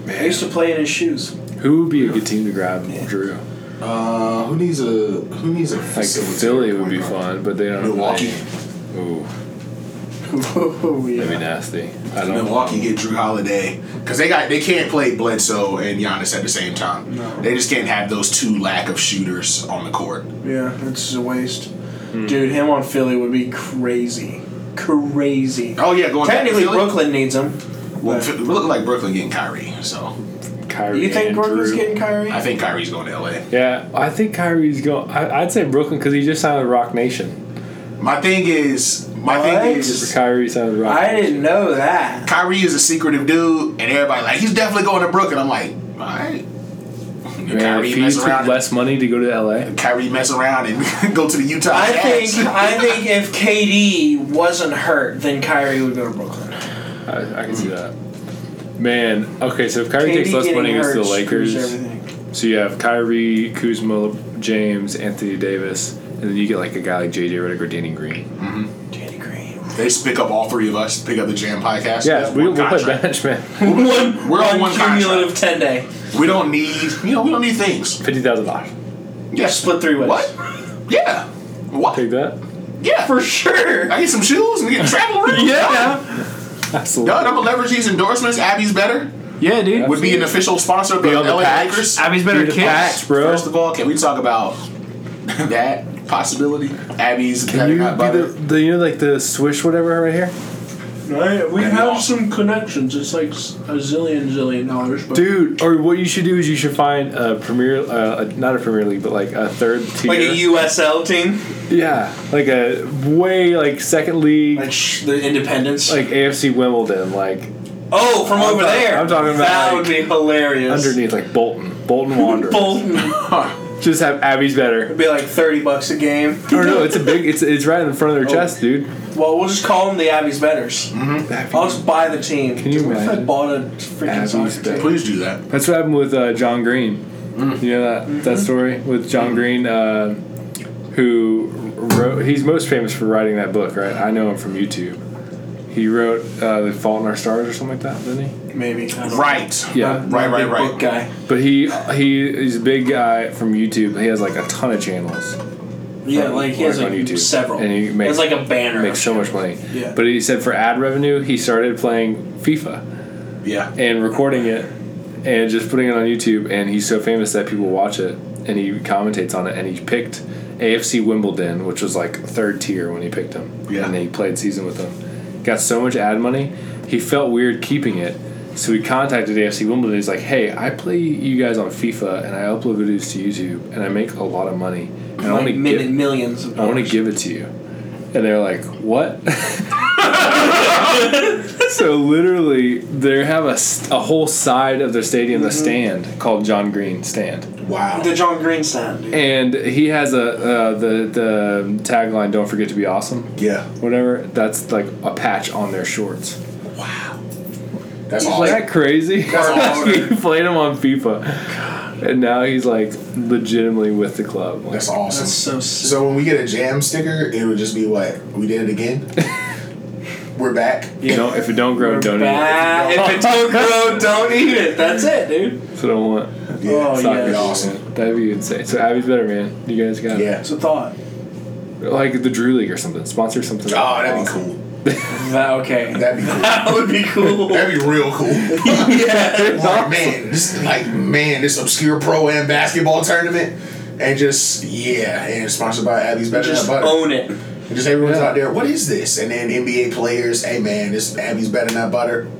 S1: I used to play in his *laughs* shoes.
S5: Who would be a good team to grab Drew?
S4: Uh, who needs a who needs a
S5: Like Philly would be fun, but they don't.
S4: Milwaukee.
S5: Ooh,
S1: oh
S5: that'd be
S1: yeah.
S5: nasty. I don't.
S4: Milwaukee get Drew Holiday because they got they can't play Bledsoe and Giannis at the same time.
S1: No.
S4: They just can't have those two lack of shooters on the court.
S1: Yeah, it's a waste.
S5: Hmm.
S1: Dude, him on Philly would be crazy. Crazy.
S4: Oh yeah, going
S1: Technically
S4: back to Philly,
S1: Brooklyn needs him.
S4: Well, Phil- we look like Brooklyn getting Kyrie, so
S5: Kyrie
S1: You think
S5: and
S1: Brooklyn's
S5: Drew.
S1: getting Kyrie?
S4: I think Kyrie's going to LA.
S5: Yeah, I think Kyrie's going. I, I'd say Brooklyn because he just signed with Rock Nation.
S4: My thing is, my
S1: What?
S4: thing is,
S5: Kyrie signed with Rock.
S1: I
S5: Nation.
S1: didn't know that.
S4: Kyrie is a secretive dude, and everybody like he's definitely going to Brooklyn. I'm like, all right.
S5: Man,
S4: Kyrie
S5: if he
S4: mess
S5: took
S4: around.
S5: less money to go to L.A.
S4: Kyrie mess around and *laughs* go to the Utah.
S1: I
S4: Jazz.
S1: think I think if KD wasn't hurt, then Kyrie would go to Brooklyn.
S5: I, I can
S4: Mm-hmm.
S5: see that. Man, okay, so if Kyrie takes
S1: KD
S5: less
S1: getting
S5: money against the
S1: hurt screws
S5: Lakers,
S1: everything.
S5: so you have Kyrie, Kuzma, James, Anthony Davis, and then you get like a guy like J.J. Redick or Danny Green.
S1: Danny Green.
S4: They just pick up all three of us, pick up the Jam Podcast.
S5: Yeah,
S4: That's
S5: we,
S4: one
S5: we'll play
S4: contract.
S5: bench, man.
S1: one,
S4: We're
S1: one,
S4: on one
S1: cumulative ten day.
S4: We don't need, you know, we don't need things.
S5: Fifty thousand dollars.
S4: Yeah,
S1: Split three ways.
S4: What? Yeah. What?
S5: Take that.
S4: Yeah.
S1: For sure.
S4: I get some shoes and get travel
S1: *laughs*
S4: rentals. Done.
S5: *laughs* Absolutely.
S4: Done. I'm gonna leverage these endorsements. Abby's better
S1: Yeah, dude.
S4: would be an official sponsor of the
S5: Be on the
S4: LA
S5: packs.
S4: Lakers.
S1: Abby's better
S5: Dude, the
S1: kids.
S5: facts, bro.
S4: First of all, can we talk about that possibility? Abby's
S5: Can
S4: better
S5: you
S4: not
S5: be
S4: butter.
S5: the, the you know like the swish whatever right here,
S1: Right, we
S4: And
S1: have
S4: y'all.
S1: some connections. It's like s- a zillion, zillion dollars. But
S5: dude. Or what you should do is you should find a premier, uh, a, not a premier league, but like a third tier.
S1: like a USL team,
S5: yeah, like a way like second league,
S1: like
S5: like,
S1: sh- the Independence.
S5: AFC Wimbledon, like
S1: Oh, from over
S5: talking-
S1: there.
S5: I'm talking about,
S1: that
S5: like,
S1: would be hilarious.
S5: Underneath, like Bolton, Bolton Wanderers.
S1: Bolton
S5: Just have Abby's better.
S1: would *laughs* be like thirty bucks a game.
S5: Or no, it's a big. It's it's right in front of their chest, dude.
S1: Well, we'll just call them the Abby's Betters. I'll
S5: Abby.
S1: just buy the team.
S5: Mm-hmm. Can you
S1: What if I
S5: imagine?
S1: bought a freaking
S5: Abby's
S1: soccer team?
S5: Betters.
S6: Please do that.
S5: That's what happened with uh, John Green. You know that that story with John Green, uh, who wrote. He's most famous for writing that book, right? I know him from YouTube. He wrote uh, "The Fault in Our Stars" or something like that, didn't he?
S1: Maybe. I don't
S6: Right.
S5: Yeah.
S1: know.
S6: Right, right,
S1: Big
S6: right.
S1: Book guy.
S5: But he he he's a big guy from YouTube. He has like a ton of channels.
S1: Yeah, like he has
S5: Like
S1: like
S5: on YouTube.
S1: several.
S5: And he
S1: He
S5: makes-
S1: has like a banner.
S5: Makes so much money.
S1: Yeah.
S5: But he said for ad revenue, he started playing FIFA
S6: Yeah.
S5: and recording it and just putting it on YouTube. And he's so famous that people watch it and he commentates on it. And he picked AFC Wimbledon, which was like third tier when he picked him.
S6: Yeah.
S5: And he played season with them. Got so much ad money, he felt weird keeping it. So he contacted AFC Wimbledon. He's like, "Hey, I play you guys on FIFA, and I upload videos to YouTube, and I make a lot of money. And I
S1: like
S5: only
S1: mil-
S5: get-
S1: millions of
S5: I
S6: Oh.
S5: want to
S1: dollars.
S5: give it to you. And they're like,
S6: *laughs*
S5: what? so literally, they have a, s- a whole side of their stadium,
S6: Mm-hmm.
S5: the stand, called John Green Stand.
S6: Wow.
S1: the John Green stand. dude.
S5: And he has a uh, the, the tagline, don't forget to be awesome,
S6: Yeah.
S5: whatever. That's like a patch on their shorts.
S6: That's
S5: Is
S6: all.
S5: that crazy?
S6: That's
S5: *laughs* he played him on FIFA. And now he's like legitimately with the club. Like,
S6: That's awesome.
S1: That's so sick.
S4: So when we get a jam sticker, it would just be what? We did
S5: *laughs*
S4: it again? We're back.
S5: you know, if it don't grow, don't eat
S1: Bah, if it don't grow, *laughs* don't eat it. That's it, dude.
S5: it. That's what I want.
S4: Yeah.
S1: oh,
S5: Soccer.
S1: yes.
S4: Awesome.
S5: That'd be insane. So Abby's better, man. You guys got
S4: Yeah.
S1: It's a thought.
S5: like the Drew League or something. Sponsor something.
S4: Oh, that'd be cool.
S1: That, okay.
S4: That'd be cool.
S1: That would be cool.
S4: *laughs* That'd be real
S1: *laughs*
S4: cool.
S1: yeah.
S4: Like, man, this like man, this obscure pro am basketball tournament. And just yeah, and sponsored by Abby's Better
S1: Just
S4: Not Butter.
S1: own it.
S4: And just everyone's
S5: Yeah.
S4: out there. What is this? And then NBA players. Hey man, this Abby's Better Not Butter.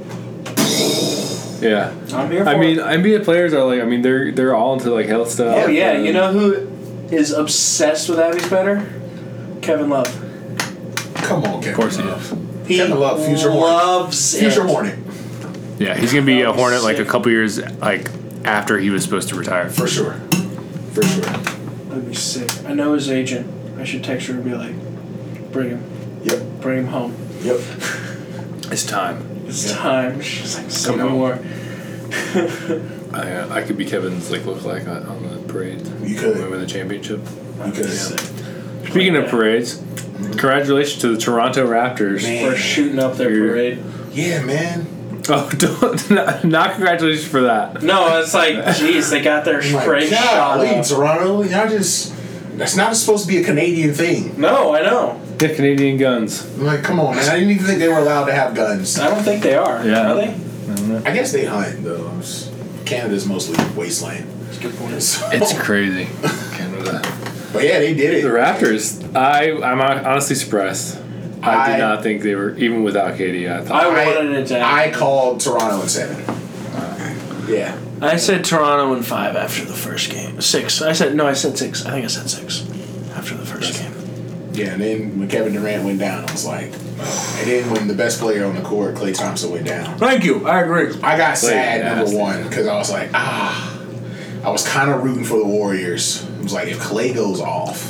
S5: Yeah.
S1: I'm here for
S5: I
S1: it.
S5: mean, NBA players are like. I mean, they're they're all into like health stuff.
S1: Oh yeah,
S5: and-
S1: you know who is obsessed with Abby's better? Kevin Love.
S4: Come on, Kevin.
S5: Of course he is.
S1: He
S4: Kevin Love, future Hornet.
S1: loves it.
S4: Future Hornet
S5: Yeah, he's gonna be
S1: That
S5: a
S1: was
S5: Hornet like a
S1: Oh, sick.
S5: couple years like after he was supposed to retire.
S4: for sure. For sure.
S1: That'd be sick. I know his agent. I should text her and be like, bring him,
S4: Yep.
S1: bring him home.
S4: Yep.
S5: It's time.
S1: It's time. She's like, say
S5: Come
S1: no
S5: on.
S1: more.
S5: I, uh, I could be Kevin's like look like on, on the parade.
S4: You could.
S5: When we win the championship.
S4: Okay.
S5: Speaking of parades, congratulations to the Toronto Raptors.
S1: We're shooting up their
S5: You're-
S1: parade.
S4: Yeah, man.
S5: Oh, *laughs* don't not, not congratulations for that.
S1: No, it's
S5: *laughs*
S1: like, *laughs* jeez, they got their
S4: Like,
S1: parade shot.
S4: golly,
S1: up.
S4: Toronto, y'all just that's not supposed to be a Canadian thing.
S1: No, I know.
S5: The Canadian guns.
S4: I'm like, come on, man. I didn't even think they were allowed to have guns.
S1: I don't think they are.
S5: Yeah.
S1: Are they?
S4: I guess they hunt though. It's- Canada's mostly wasteland.
S1: good point.
S4: So-
S5: It's crazy. Canada.
S4: *laughs* but yeah, they did it.
S5: The Raptors, I I'm honestly surprised. I,
S4: I-
S5: did not think they were even without Katie. I thought
S1: I
S4: I-
S1: wanted it to
S4: I
S1: happen.
S4: called Toronto in seven. Yeah.
S1: I said Toronto in five after the first game. Six. I said no. I said six. I think I said six after the first game.
S4: Yeah, and then when Kevin Durant went down, I was like, oh. and then when the best player on the court, Clay Thompson, went down,
S1: Thank you. I agree.
S4: I got sad
S5: nasty.
S4: number one because I was like, ah, I was kind of rooting for the Warriors. I was like, if Clay goes off,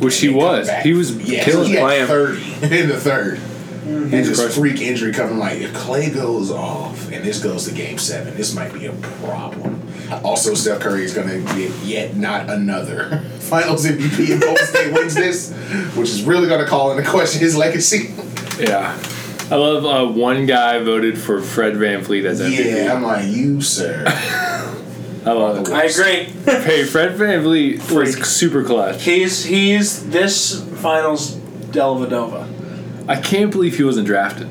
S5: which he
S4: they come
S5: was.
S4: back.
S5: He was
S4: Yeah,
S5: killing
S4: he had
S5: playing.
S4: thirty in the third. And
S5: He's
S4: this
S5: crushing.
S4: freak injury coming, like if Clay goes off and this goes to Game Seven, this might be a problem. Also, Steph Curry is going to get yet not another *laughs* Finals MVP if Golden State wins this, which is really going to call into question his legacy.
S5: Yeah. I love uh, one guy voted for Fred Van Fleet as MVP.
S4: Yeah, I'm like
S5: *laughs*
S4: you, sir.
S5: I love it.
S1: I agree.
S5: Hey, Fred Van Fleet was super clutch.
S1: he's he's this finals Delvadova.
S5: I can't believe he wasn't drafted.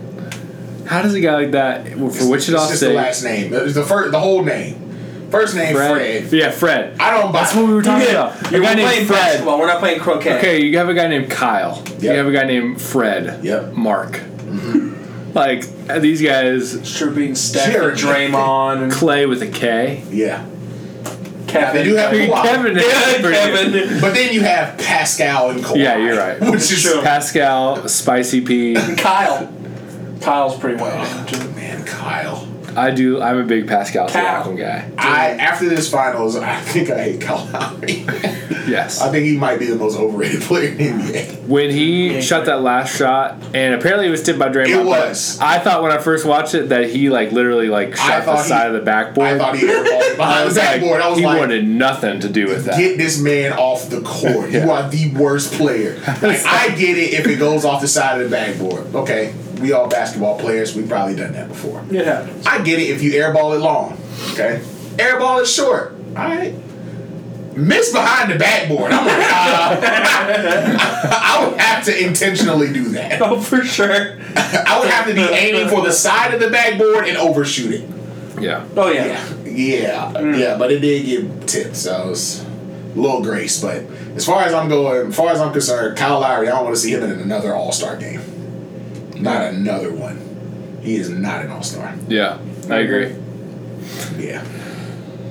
S5: How does a guy like that for Wichita
S4: It's just the
S5: State?
S4: last name. It's the first, the whole name. First name Fred.
S5: Yeah, Fred.
S4: I don't buy.
S5: That's what we were talking
S1: Yeah,
S5: about. A
S1: You're
S5: guy
S1: playing
S5: named Fred.
S1: basketball. We're not playing croquet.
S5: Okay, you have a guy named Kyle. You
S4: Yep.
S5: have a guy named Fred.
S4: Yep.
S5: Mark.
S7: Mm-hmm.
S5: Like uh, these guys,
S1: Sure, beating Steph
S4: Sure.
S1: and Draymond and
S5: Clay with a K.
S4: yeah,
S1: Kevin.
S4: they do have Kawhi.
S5: Kevin. is *laughs*
S1: yeah,
S5: pretty good.
S1: Kevin.
S4: But then you have Pascal and Kawhi.
S5: Yeah, you're right.
S4: *laughs* Which is
S1: Sure.
S5: Pascal, Spicy P.
S1: Kyle. Kyle's pretty well.
S4: man,
S7: Kyle.
S5: I do. I'm a big Pascal
S1: Cal.
S5: Siakam guy.
S7: I after this finals, I think I hate Kyle Lowry. *laughs*
S5: Yes.
S7: I think he might be the most overrated player in the NBA.
S5: When he
S1: Yeah,
S5: shot that last shot, and apparently it was tipped by Draymond.
S7: It
S5: but
S7: was.
S5: I thought when I first watched it that he like literally like shot the
S7: thought he-
S5: side of the backboard.
S7: I thought he airballed it
S5: *laughs* I
S7: behind the
S5: was like,
S7: backboard. I was
S5: he
S7: like,
S5: wanted nothing to do with that.
S7: Get this man off the court. You are the worst player.
S5: *laughs*
S7: Like, I get it if it goes off the side of the backboard. Okay, we all basketball players. We've probably done that before.
S1: It happens.
S7: I get it if you airball it long. Okay, airball it short. All right. Miss behind the backboard. I'm like, uh, *laughs* I would have to intentionally do that.
S1: Oh, for sure.
S7: I would have to be aiming for the side of the backboard and overshoot it.
S5: yeah.
S1: Oh yeah.
S7: Yeah, yeah, yeah. But it did get tipped, so it was a little grace. But as far as I'm going, as far as I'm concerned, Kyle Lowry, I don't want to see him in another All Star game. Not another one. He is not an All Star.
S5: Yeah. I agree.
S7: Yeah.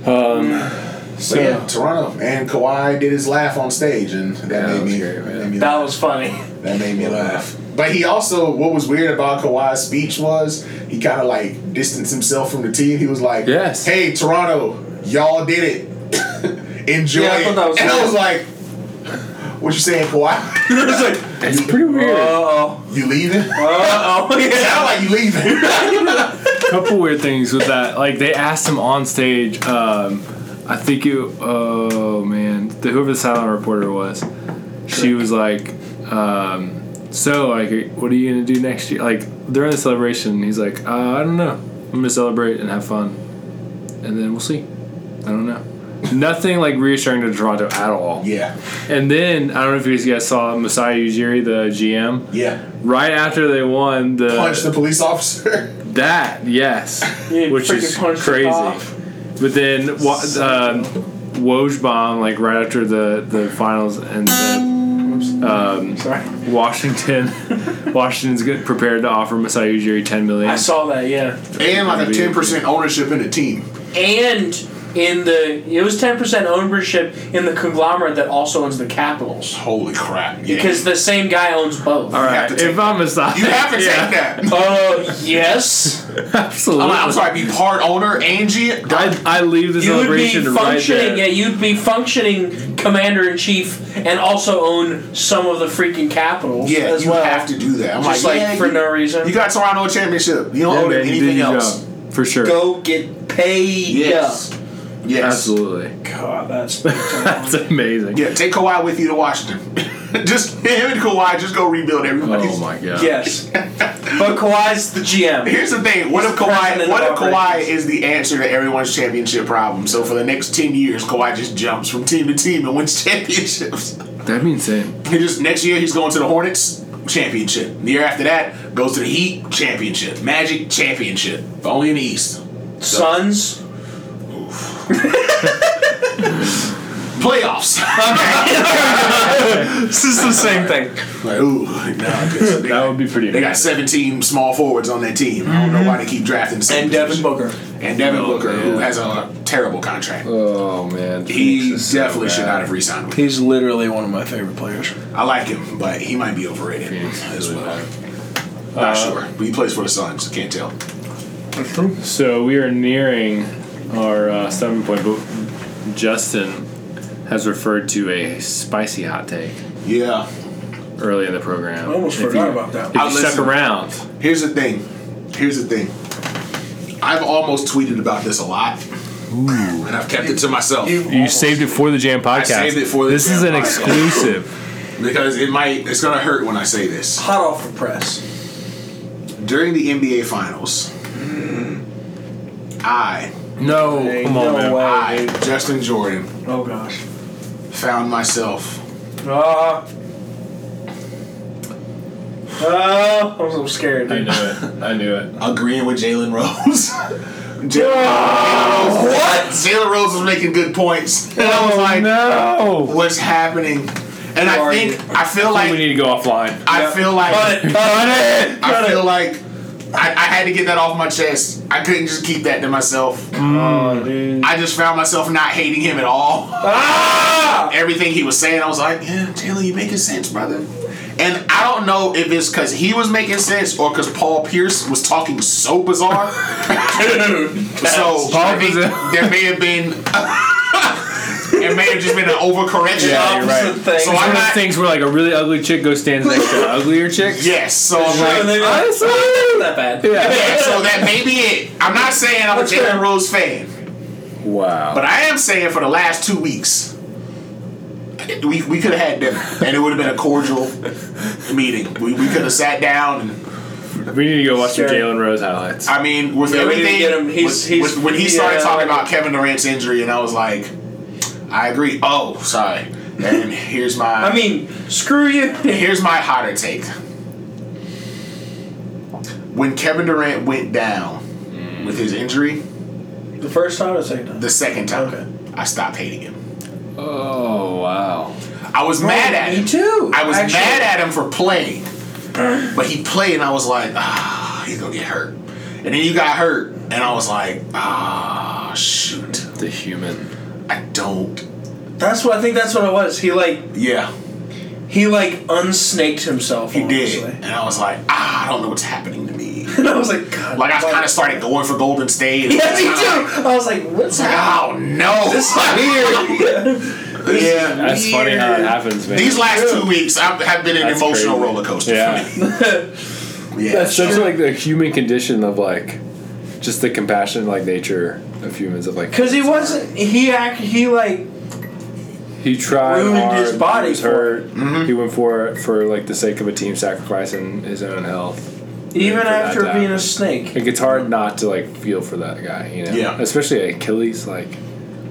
S5: Um,
S7: So yeah, Toronto and Kawhi did his laugh on stage, and that
S5: Yeah, that
S7: made
S5: was
S7: me.
S5: great, man.
S7: that made me
S1: That was funny.
S7: That made me laugh. But he also, what was weird about Kawhi's speech was he kind of like distanced himself from the team. He was like,
S5: Yes.
S7: hey, Toronto, y'all did it. *laughs* Enjoy
S1: Yeah, I
S7: it."
S1: thought that was
S7: and I
S1: weird.
S7: was like, what you saying, Kawhi? *laughs*
S1: it was like,
S5: it's pretty weird.
S1: oh,
S7: you leaving? *laughs*
S1: uh oh, yeah.
S7: Sound like you leaving. *laughs*
S5: couple weird things with that. Like they asked him on stage. Um, I think you. Oh man, the, whoever the silent reporter was, she was like, um, "So like, what are you gonna do next year?" Like during the celebration, he's like, uh, "I don't know. I'm gonna celebrate and have fun, and then we'll see. I don't know." Nothing like reassuring to Toronto at all.
S7: yeah.
S5: And then I don't know if you guys saw Masai Ujiri, the GM,
S7: Yeah.
S5: right after they won the
S7: Punch the police
S5: *laughs*
S7: officer.
S5: that, yes,
S1: Yeah,
S5: which
S1: freaking
S5: is
S1: punched it
S5: crazy.
S1: off.
S5: But then wa- um, Woj bomb like right after the the finals and then
S1: Sorry.
S5: Washington, *laughs* Washington's good, prepared to offer Masai Ujiri ten million.
S1: I saw that. Yeah.
S4: and like a ten percent ownership in the team.
S1: And in the it was ten percent ownership in the conglomerate that also owns the Capitals
S4: Holy crap! Yeah.
S1: because the same guy owns both.
S5: All
S4: have
S5: right,
S4: to take
S5: if I'm Masai, *laughs*
S4: you have to
S5: yeah,
S4: take that.
S1: Uh, yes.
S5: Absolutely,
S4: I'm, like, I'm sorry, be part owner and G.
S5: I, I leave the
S1: You would be
S5: celebration right
S1: functioning.
S5: there.
S1: yeah, you'd be functioning commander in chief and also own some of the freaking Capitals.
S4: Yeah,
S1: as
S4: you
S1: well.
S4: have to do that. I'm
S1: Just
S4: like,
S1: like,
S4: yeah,
S1: for
S4: you,
S1: no reason.
S4: you got Toronto championship. You don't
S5: Yeah,
S4: owe
S5: man,
S4: them
S5: you did
S4: anything
S5: your
S4: else.
S5: job for sure.
S1: go get paid.
S4: Yes. Yes.
S5: Absolutely,
S1: God, that's *laughs*
S5: that's amazing.
S4: Yeah, take Kawhi with you to Washington. *laughs* just him and Kawhi just go rebuild everybody.
S5: Oh my god.
S1: yes. But Kawhi's the GM.
S4: *laughs* Here's the thing: what if
S1: the
S4: Kawhi?
S1: president
S4: What
S1: of
S4: if Kawhi
S1: operations.
S4: is the answer to everyone's championship problem? So for the next ten years, Kawhi just jumps from team to team and wins championships.
S5: That'd be insane.
S4: He just next year he's going to the Hornets championship. The year after that goes to the Heat championship, Magic championship, but only in the East.
S1: Sons.
S4: Playoffs. *laughs*
S1: This is the same thing.
S4: like, ooh, nah, 'cause they,
S5: That would be pretty.
S4: they got seventeen small forwards on that team. I don't know why they keep drafting. the same
S1: And Devin
S4: position.
S1: Booker.
S4: And Devin Booker,
S5: Oh, man.
S4: who has a terrible contract.
S5: Oh man,
S4: he
S5: Phoenix is so
S4: definitely should
S5: bad.
S4: not have re-signed with
S2: He's literally one of my favorite players.
S4: I like him, but he might be overrated
S5: Phoenix is
S4: as
S5: really
S4: well.
S5: bad. Uh,
S4: Not sure. But he plays for the Suns. Can't tell.
S5: So we are nearing our uh, seven point, but Justin has referred to a spicy hot take
S4: Yeah.
S5: early in the program.
S2: I almost
S5: If you-
S2: forgot about that.
S5: If
S4: I
S5: you stuck
S4: listen.
S5: around,
S4: Here's the thing. Here's the thing. I've almost tweeted about this a lot, and I've kept it to myself
S5: you saved it for the Jam podcast.
S4: saved it for the
S5: This
S4: Jam
S5: is an
S4: podcast.
S5: exclusive.
S4: because it might. It's gonna hurt when I say this.
S2: Hot off the press.
S4: During the NBA Finals, I,
S5: *laughs* no, come on,
S1: no
S5: man.
S1: way.
S4: I, Justin Jordan,
S1: Oh gosh.
S4: found myself
S1: Ah. Oh, I'm so scared.
S5: I
S1: Dude.
S5: knew it. I knew *laughs* it.
S4: agreeing with Jalen Rose. *laughs* Jalen Rose. What? Jalen Rose was making good points, and I was like,
S5: no.
S4: what's happening. And I
S1: Who are
S4: think I feel
S5: we
S4: like
S5: need to go offline.
S4: I feel like
S1: Cut
S5: Oh,
S1: it, cut it, cut
S4: I
S1: it.
S4: feel like I, I had to get that off my chest. I couldn't just keep that to myself.
S5: Oh,
S4: I just found myself not hating him at all.
S1: Ah!
S5: Ah!
S4: Everything he was saying, I was like, yeah, Taylor, you making sense, brother. And I don't know if it's because he was making sense or because Paul Pierce was talking
S5: *laughs*
S4: so bizarre. so I think
S5: Pierce.
S4: there may have been. *laughs* it may have just been an overcorrection.
S5: Yeah, you're right.
S1: Opposite thing.
S4: So
S5: It's
S4: I'm
S5: one of those
S4: not.
S5: things where like a really ugly chick goes stands next *laughs* to an uglier chick.
S4: Yes. So I'm
S1: Sure, and
S4: like.
S1: they'd be like,
S5: Honestly,
S1: "Not that bad.
S5: yeah.
S4: Yeah, *laughs* so that may be it. I'm not saying I'm
S1: That's
S4: a Jalen
S1: fair.
S4: Rose fan.
S5: Wow.
S4: But I am saying for the last two weeks, we, we could have had dinner and it would have been a cordial meeting. We, we could have sat down and
S5: we need to go watch
S1: Sure.
S5: some Jalen Rose highlights.
S4: I mean with
S1: Yeah, we didn't
S4: everything
S1: get him. He's-
S4: with-
S1: he's- uh,
S4: with- when he started
S1: yeah.
S4: talking about Kevin Durant's injury and I was like, I agree. Oh, sorry. And here's my
S1: I mean, screw you.
S4: here's my hotter take. When Kevin Durant went down with his injury
S1: The first time or second time?
S4: the second time,
S1: Okay.
S4: I stopped hating him.
S5: oh wow.
S4: I was mad at
S1: me
S4: him.
S1: too,
S4: I was
S1: actually.
S4: mad at him for playing, but he played, and I was like, ah, he's gonna get hurt. And then you got hurt, and I was like, ah, shoot,
S5: The human.
S4: I don't.
S1: That's what I think. That's what it was. He like
S4: Yeah,
S1: he like unsnaked himself.
S4: he did,
S1: honestly. *laughs*
S4: and I was like, ah, I don't know what's happening to me.
S1: And I was like, God.
S4: Like I
S1: why-
S4: kind of started going for Golden
S1: *laughs*
S4: State.
S1: Yeah, me too. I was like, what's happening?
S4: Oh
S1: *laughs*
S4: no!
S1: This is
S4: weird. *laughs* yeah,
S5: That's funny how it
S4: weird.
S5: happens, man.
S4: These last two weeks I've, have been an
S5: That's
S4: emotional
S5: crazy.
S4: roller coaster.
S5: yeah.
S4: for me.
S5: *laughs*
S4: yeah.
S5: That's such like the human condition of like just the compassionate like nature of humans of like
S1: Because he wasn't. He act. He like.
S5: he tried
S1: ruined
S5: hard,
S1: his body
S5: he was
S1: for Mm-hmm.
S5: hurt he went for it for like the sake of a team sacrificing his own health
S1: Even
S5: for that
S1: after
S5: to
S1: being
S5: happen.
S1: a snake.
S5: like it's hard not to like feel for that guy you know
S4: Yeah.
S5: especially Achilles like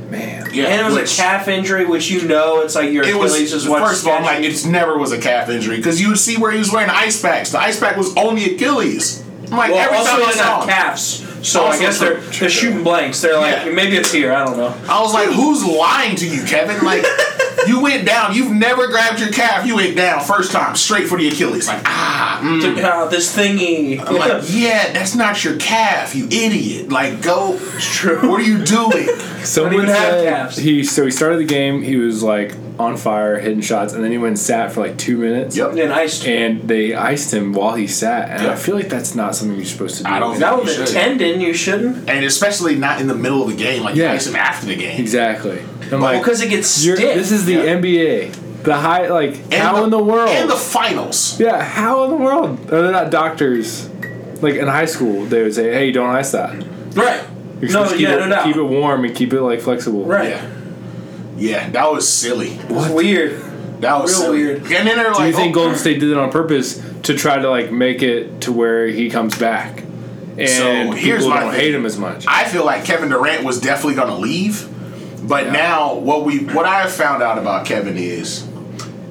S5: man
S4: yeah.
S1: And it was
S4: which-
S1: a calf injury, which you know, it's like your
S4: It was
S1: Achilles is what's
S4: first of all, I'm like
S1: sketchy.
S4: it never was a calf injury because you would see where he was wearing ice packs. The ice pack was on the Achilles. I'm like
S1: well,
S4: every
S1: also
S4: time I
S1: they didn't
S4: saw
S1: have
S4: him,
S1: calves, so I
S4: Also
S1: guess they're
S4: true.
S1: they're shooting blanks. They're like
S4: Yeah.
S1: maybe it's here. I don't know.
S4: I was like, "Who's lying to you, Kevin?
S1: *laughs*
S4: Like, you went down. You've never grabbed your calf. You went down first time straight for the Achilles. Like, ah, mm.
S1: Took out uh, this thingy.
S4: I'm
S1: *laughs*
S4: like, yeah, that's not your calf, you idiot. Like, go.
S1: true.
S4: What are you
S1: *laughs*
S4: doing?
S5: Someone
S1: Don't even have
S5: said
S1: calves.
S5: he so he started the game he was like on fire hitting shots and then he went and sat for like two minutes
S4: Yep.
S1: And then iced.
S5: and they iced him while he sat and I
S4: Yeah.
S5: feel like that's not something you're supposed to do
S4: I don't
S1: That
S4: You
S1: was a
S4: should.
S1: tendon. You shouldn't.
S4: And especially not in the middle of the game. Like, you
S5: Yeah.
S4: ice him after the game.
S5: exactly
S1: Well,
S5: I'm like
S1: because it gets
S5: You're,
S1: stiff.
S5: this is the NBA. The high, like,
S4: And
S5: how in the world?
S4: And the finals.
S5: yeah, how in the world? Oh, they're not doctors. Like in high school, they would say, "Hey, don't ice that."
S1: right.
S5: You're
S1: No,
S5: supposed to keep
S1: yeah,
S5: it,
S1: no, no.
S5: Keep it warm and keep it like flexible.
S1: Right.
S4: Yeah. Yeah, that was silly.
S1: It's weird.
S4: That was
S1: Real
S4: silly.
S1: weird.
S4: And then they're
S5: Do
S4: like,
S5: you think
S4: oh,
S5: Golden State did it on purpose to try to like make it to where he comes back, and
S4: here's
S5: people
S4: my
S5: don't
S4: thing.
S5: hate him as much?
S4: oh, I feel like Kevin Durant was definitely going to leave, but now what we what I have found out about Kevin is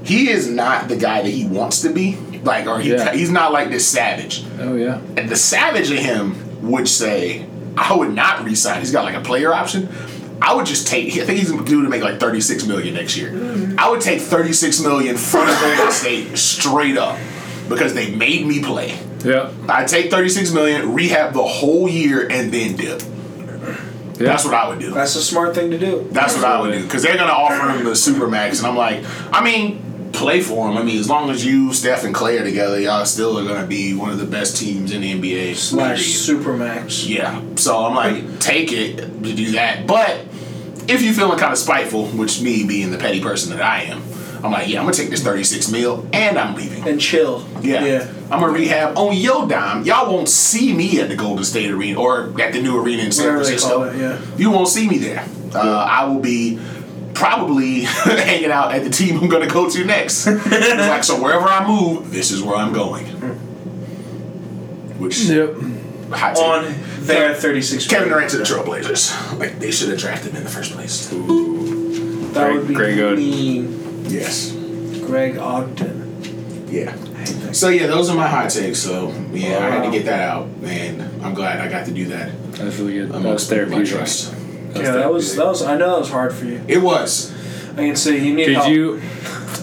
S4: he is not the guy that he wants to be. Like, or he,
S5: Yeah.
S4: he's not like this savage.
S5: oh yeah,
S4: And the savage in him would say, "I would not resign." He's got like a player option. I would just take. I think he's due to make like thirty six million next year. I would take thirty six million from
S5: *laughs*
S4: Golden State straight up because they made me play.
S5: yeah,
S4: I take 36 million, rehab the whole year, and then dip. That's what I would do. That's,
S1: That's a smart thing to do.
S4: what I would do because they're gonna offer him the supermax, and I'm like, I mean, play for him. I mean, as long as you, Steph, and Clay are together, y'all still are gonna be one of the best teams in the NBA.
S1: Slash
S4: Period.
S1: Supermax.
S4: Yeah. So I'm like, take it to do that. But if you're feeling kind of spiteful, which me being the petty person that I am, I'm like, yeah, I'm gonna take this 36 mil, and I'm leaving.
S1: And chill.
S4: Yeah. I'm gonna rehab on your dime. Y'all won't see me at the Golden State Arena or at the new arena in San
S1: Whatever they
S4: Francisco.
S1: call it, yeah.
S4: You won't see me there. Uh, I will be probably *laughs* hanging out at the team I'm gonna go to
S1: *laughs*
S4: next. It's like so wherever I move, this is where I'm going. Which
S5: yep.
S4: hot
S1: Mm.
S4: take.
S1: On their 36
S4: Kevin Durant to the Trailblazers. Like they should have drafted him in the first place.
S1: That
S5: Greg-
S1: would be
S5: Greg Oden.
S1: mean.
S4: Yes.
S1: Greg Ogden.
S4: Yeah. So yeah, those are my hot takes. So yeah, I had to get that out, and I'm glad I got to do that.
S5: That's really good. That was
S4: amongst my
S5: therapeutic.
S4: trust.
S5: That
S1: Yeah, that was
S5: therapeutic.
S1: that was. I know that was hard for you.
S4: It was.
S1: I can see you need
S5: Did
S1: help.
S5: you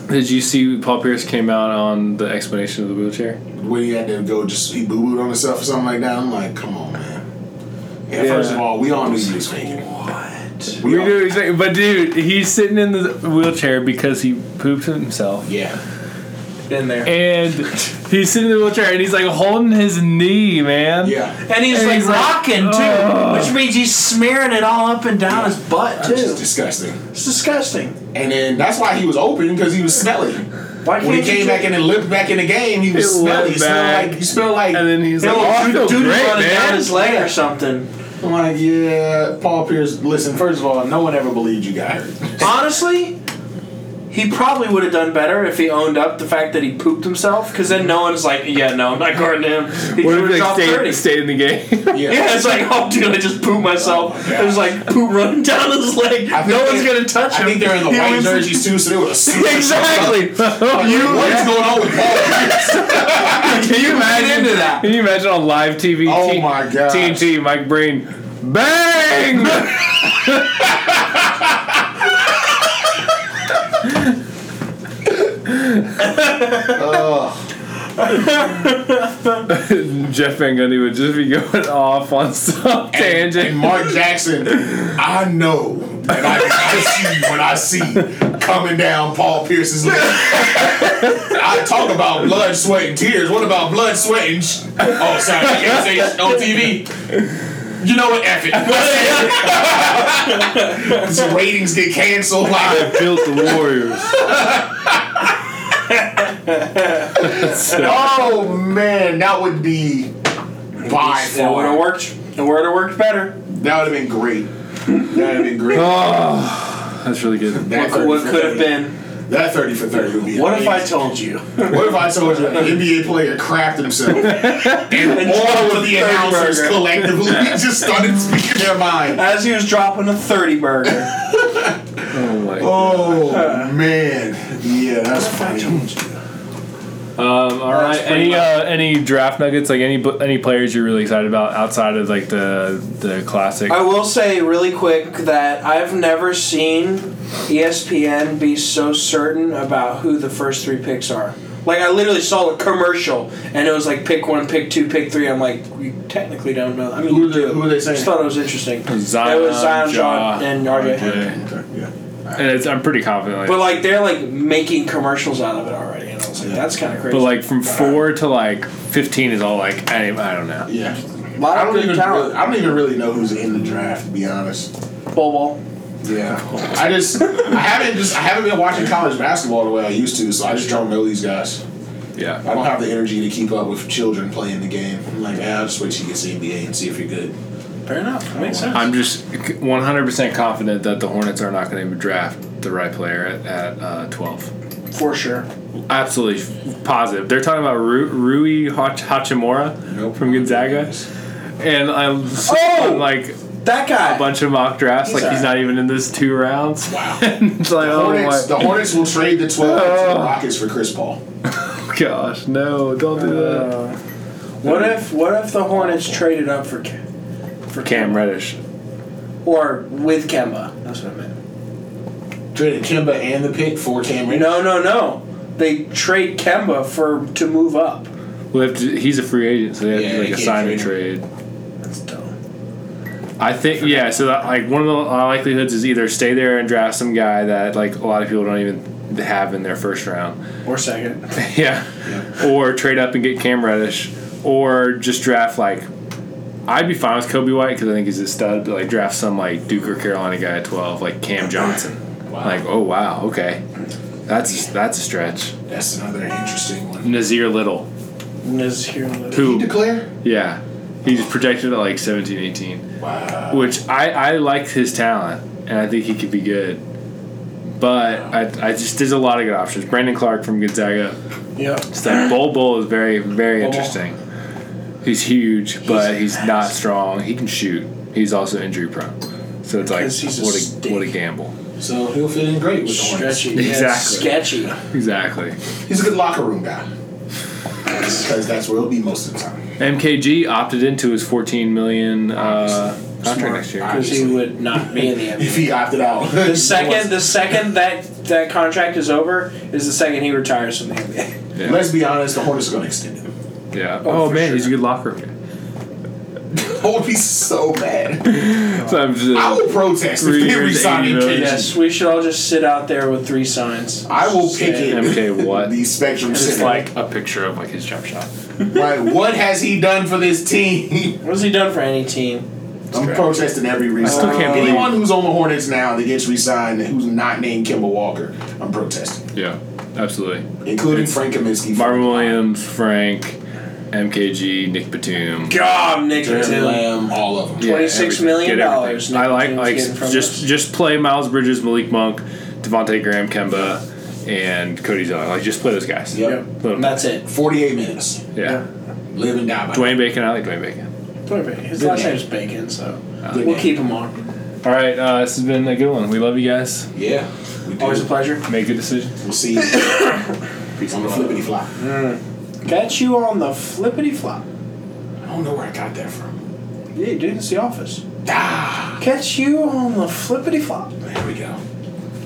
S5: did you see Paul Pierce came out on the explanation of the wheelchair?
S4: when he had to go just he boo booed on himself or something like that. I'm like, come on, man. Yeah,
S5: Yeah.
S4: First of all, we all knew you was faking.
S1: What?
S4: We all,
S5: exactly, but dude, he's sitting in the wheelchair because he pooped himself,
S4: yeah.
S1: Been there.
S5: and he's sitting in the wheelchair and he's like holding his knee, man. *laughs*
S4: Yeah.
S1: And he's
S5: And
S1: like
S5: he's like,
S1: rocking too,
S5: "Ugh."
S1: which means he's smearing it all up and down his butt too.
S4: It's just disgusting.
S1: it's disgusting.
S4: And then that's why he was open because he was smelly.
S1: Why can't
S4: When he
S1: you just-
S4: came back in and limped back in the game, he was
S5: It
S4: smelly.
S5: limped
S4: He smelled
S5: back.
S4: like he smelled like.
S5: And then he's
S1: Yeah,
S5: like, oh, I
S1: dude-
S5: feel
S1: dude is
S5: great,
S1: running down
S5: man.
S1: his leg or something.
S4: I'm like, yeah, uh, Paul Pierce. Listen, first of all, no one ever believed you got hurt.
S1: Honestly, he probably would have done better if he owned up the fact that he pooped himself, because then no one's like, yeah, no, I'm not guarding him. He
S5: What
S1: would
S5: if
S1: have
S5: they
S1: dropped 30.
S5: stayed, stayed in the
S4: *laughs*
S5: game?
S1: Yeah, it's like, oh, dude, I just pooped myself.
S4: my
S1: There's like poop running down his leg.
S4: I think
S1: No one's
S4: they-
S1: gonna touch him.
S4: I think they're in the
S1: He
S4: white
S1: wins-
S4: jerseys too, so they were
S5: *laughs*
S1: Exactly.
S4: You what is going on with Paul?
S5: Can you
S1: Get into that.
S5: Can you imagine on live TV?
S4: Oh
S5: T-
S4: my gosh.
S5: TNT, Mike Brain, *laughs* bang! *laughs* Jeff Van Gundy would just be going off on some
S4: And, and
S5: tangent.
S4: *laughs* Mark Jackson, I know that I, I see what I see coming down Paul Pierce's leg. I talk about blood, sweat, and tears. What about blood, sweat, and sh- oh, sorry, I can't say sh- on TV. You know what? F it. *laughs* His ratings get canceled. Like,
S5: Built the Warriors.
S4: oh man, that would be by
S1: That would have
S4: far.
S1: worked. It would have worked better.
S4: That would have been great. That would have been great.
S5: Oh, that's really good.
S4: That
S1: What,
S4: 30
S1: what
S4: for
S1: could have
S4: 30.
S1: been?
S4: That thirty for thirty would be.
S1: What if
S4: amazing.
S1: I told you?
S4: What if I told you an NBA player crafted *laughs* himself and all of the announcers
S1: burger.
S4: collectively *laughs* just started speaking their mind?
S1: As he was dropping a 30 burger.
S5: Oh my.
S4: Oh man, yeah, that's funny.
S5: Um, all right. Any uh, any draft nuggets? Like any bu- any players you're really excited about outside of like the the classic?
S1: I will say really quick that I've never seen E ESPN be so certain about who the first three picks are. Like, I literally saw a commercial and it was like pick one, pick two, pick three. I'm like, we technically don't know. I mean,
S4: Who
S1: you
S4: are they-
S1: do.
S4: who are they
S1: I just
S4: saying?
S1: thought it was interesting.
S5: Zion,
S1: it was Zion,
S5: Ja,
S1: John, and RJ.
S4: Okay, yeah.
S5: And it's, I'm pretty confident. Like,
S1: But
S5: but,
S1: like, they're like making commercials out of it already. And I was like, that's kind of crazy.
S5: like from four to like fifteen is all like I, I don't know.
S4: Yeah.
S1: a lot
S4: I
S1: of
S4: don't
S1: good
S4: even
S1: talent.
S4: really, I don't even really know who's in the draft, to be honest.
S1: Bol Bol.
S4: Yeah. I just I haven't just I haven't been watching college basketball the way I used to, so I just don't know these guys.
S5: Yeah.
S4: I don't have the energy to keep up with children playing the game. I'm like, ah, I'll just wait till you get to the NBA and see if you're good. *laughs*
S1: Fair enough. That makes sense.
S5: I'm just 100 percent confident that the Hornets are not going to draft the right player at, at uh, 12.
S1: For sure.
S5: Absolutely positive. They're talking about Ru- Rui Hach- Hachimura
S4: Nope.
S5: from Gonzaga, and I'm s-
S1: Oh!
S5: on, like
S1: That guy.
S5: a bunch of mock drafts.
S1: He's
S5: like he's
S1: alright.
S5: not even in this two rounds.
S4: Wow.
S5: *laughs* it's like, oh
S4: Hornets,
S5: my
S4: the Hornets will trade the 12 to
S5: Oh.
S4: the Rockets for Chris Paul.
S5: gosh, no, don't do that.
S1: Uh, what if what if the Hornets traded up for Ke- for
S5: Cam Reddish.
S1: or with Kemba? That's what I meant.
S4: Traded Kimba and the pick for Cam Reddish.
S1: No, no, no. They trade Kemba for to move up.
S5: Well, they have to, he's a free agent, so they have
S4: Yeah,
S5: to do,
S4: they
S5: like a
S4: can't
S5: sign and
S4: trade
S5: trade.
S1: That's dumb.
S5: I think yeah. So that, like one of the uh, likelihoods is either stay there and draft some guy that like a lot of people don't even have in their first round.
S1: Or second.
S5: *laughs* yeah. Or trade up and get Cam Reddish, or just draft like. I'd be fine with Kobe White because I think he's a stud, but like draft some like Duke or Carolina guy at twelve, like Cam Johnson.
S4: Wow.
S5: Like, oh wow, okay, that's that's a stretch.
S4: That's another interesting one.
S5: Nazir Little,
S1: Nazir Little.
S5: who
S4: You declare?
S5: Yeah. He's projected at like 17, 18,
S4: Wow.
S5: which I, I like his talent and I think he could be good. But I, I just, there's a lot of good options. Brandon Clark from Gonzaga.
S1: Yep.
S5: It's like Bol Bol is very, very
S1: Bol Bol.
S5: interesting. He's huge, but he's not strong. He can shoot. He's also injury prone. So it's like,
S1: Because he's a
S5: what a,
S1: stick.
S5: what a gamble.
S4: So he'll fit in great with the Hornets.
S1: Stretchy. *laughs* Yeah,
S5: Exactly.
S1: Sketchy.
S5: Exactly.
S4: He's a good locker room guy. Because that's where he'll be most of the time.
S5: MKG opted into his 14 million uh, contract next year.
S1: Because he would not be in the NBA.
S4: If he opted out. *laughs*
S1: The second, the second that that contract is over is the second he retires from the NBA.
S5: Yeah.
S4: Let's be honest, the Hornets are going to extend him.
S5: yeah.
S1: Oh,
S5: Oh,
S1: for
S5: man,
S1: sure.
S5: he's a good locker room. guy.
S4: I would be so mad.
S5: *laughs* So I'm just,
S4: I will protest if
S5: Read
S4: they
S5: your
S4: resign
S5: daily
S4: in
S5: notice.
S1: Yes, we should all just sit out there with three signs.
S4: I will pick
S1: Say-
S4: it.
S5: *laughs* MK what?
S4: The Spectrum
S5: It's
S4: Center.
S5: like a picture of like his jump shot.
S4: Like, what has he done for this team?
S1: What has he done for any team?
S4: I'm protesting every resign.
S5: still can't believe-
S4: Anyone who's on the Hornets now that gets resigned who's not named Kimball Walker, I'm protesting,
S5: Yeah, absolutely.
S4: including Frank Kaminsky.
S5: Marvin Williams, Frank, MKG, Nick Batum.
S1: God, Nick
S8: Jeremy Lamb.
S4: all of them.
S5: Yeah,
S1: $26
S5: everything.
S1: million
S5: Get everything.
S1: Nick
S5: I like
S1: Batum's
S5: like
S1: getting from
S5: just
S1: us.
S5: just play Miles Bridges, Malik Monk, Devonte Graham, Kemba, and Cody Zeller. Like just play those guys.
S4: Yep.
S5: Boom.
S1: That's it.
S4: 48 minutes.
S5: yeah.
S4: Live and die by
S5: Dwayne Bacon. I like Dwayne Bacon.
S1: His last name's Bacon, so
S4: Good
S1: we'll
S4: name.
S1: keep him on.
S5: All right, uh, this has been a good one. We love you guys.
S4: Yeah. We do.
S1: Always a pleasure.
S5: Make good decisions.
S4: We'll see you on the flippity flop.
S1: Got you on the flippity flop.
S4: I don't know where I got that from.
S1: Yeah, dude, it's the office.
S4: Ah,
S1: Catch you on the flippity flop.
S4: there we go.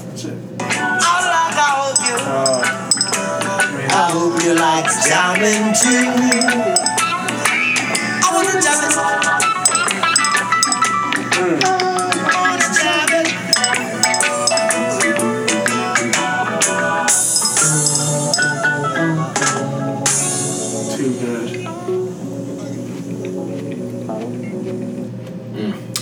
S1: That's it.
S3: I like all of you. I hope you like jamming too. I wanna jam it. I wanna jam it.
S1: Too good.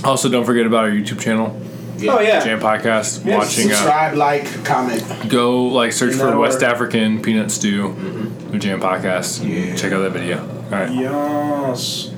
S5: Also, don't forget about our YouTube channel,
S1: Oh, yeah.
S5: Jam Podcast.
S1: Yes,
S5: watching, uh,
S4: Subscribe, like, comment.
S5: go like search
S1: In
S5: for
S1: that
S5: West
S1: order. Mm-hmm.
S5: African Peanut Stew, the Jam Podcast. and
S4: Yeah.
S5: Check out that video. All right.
S1: Yes.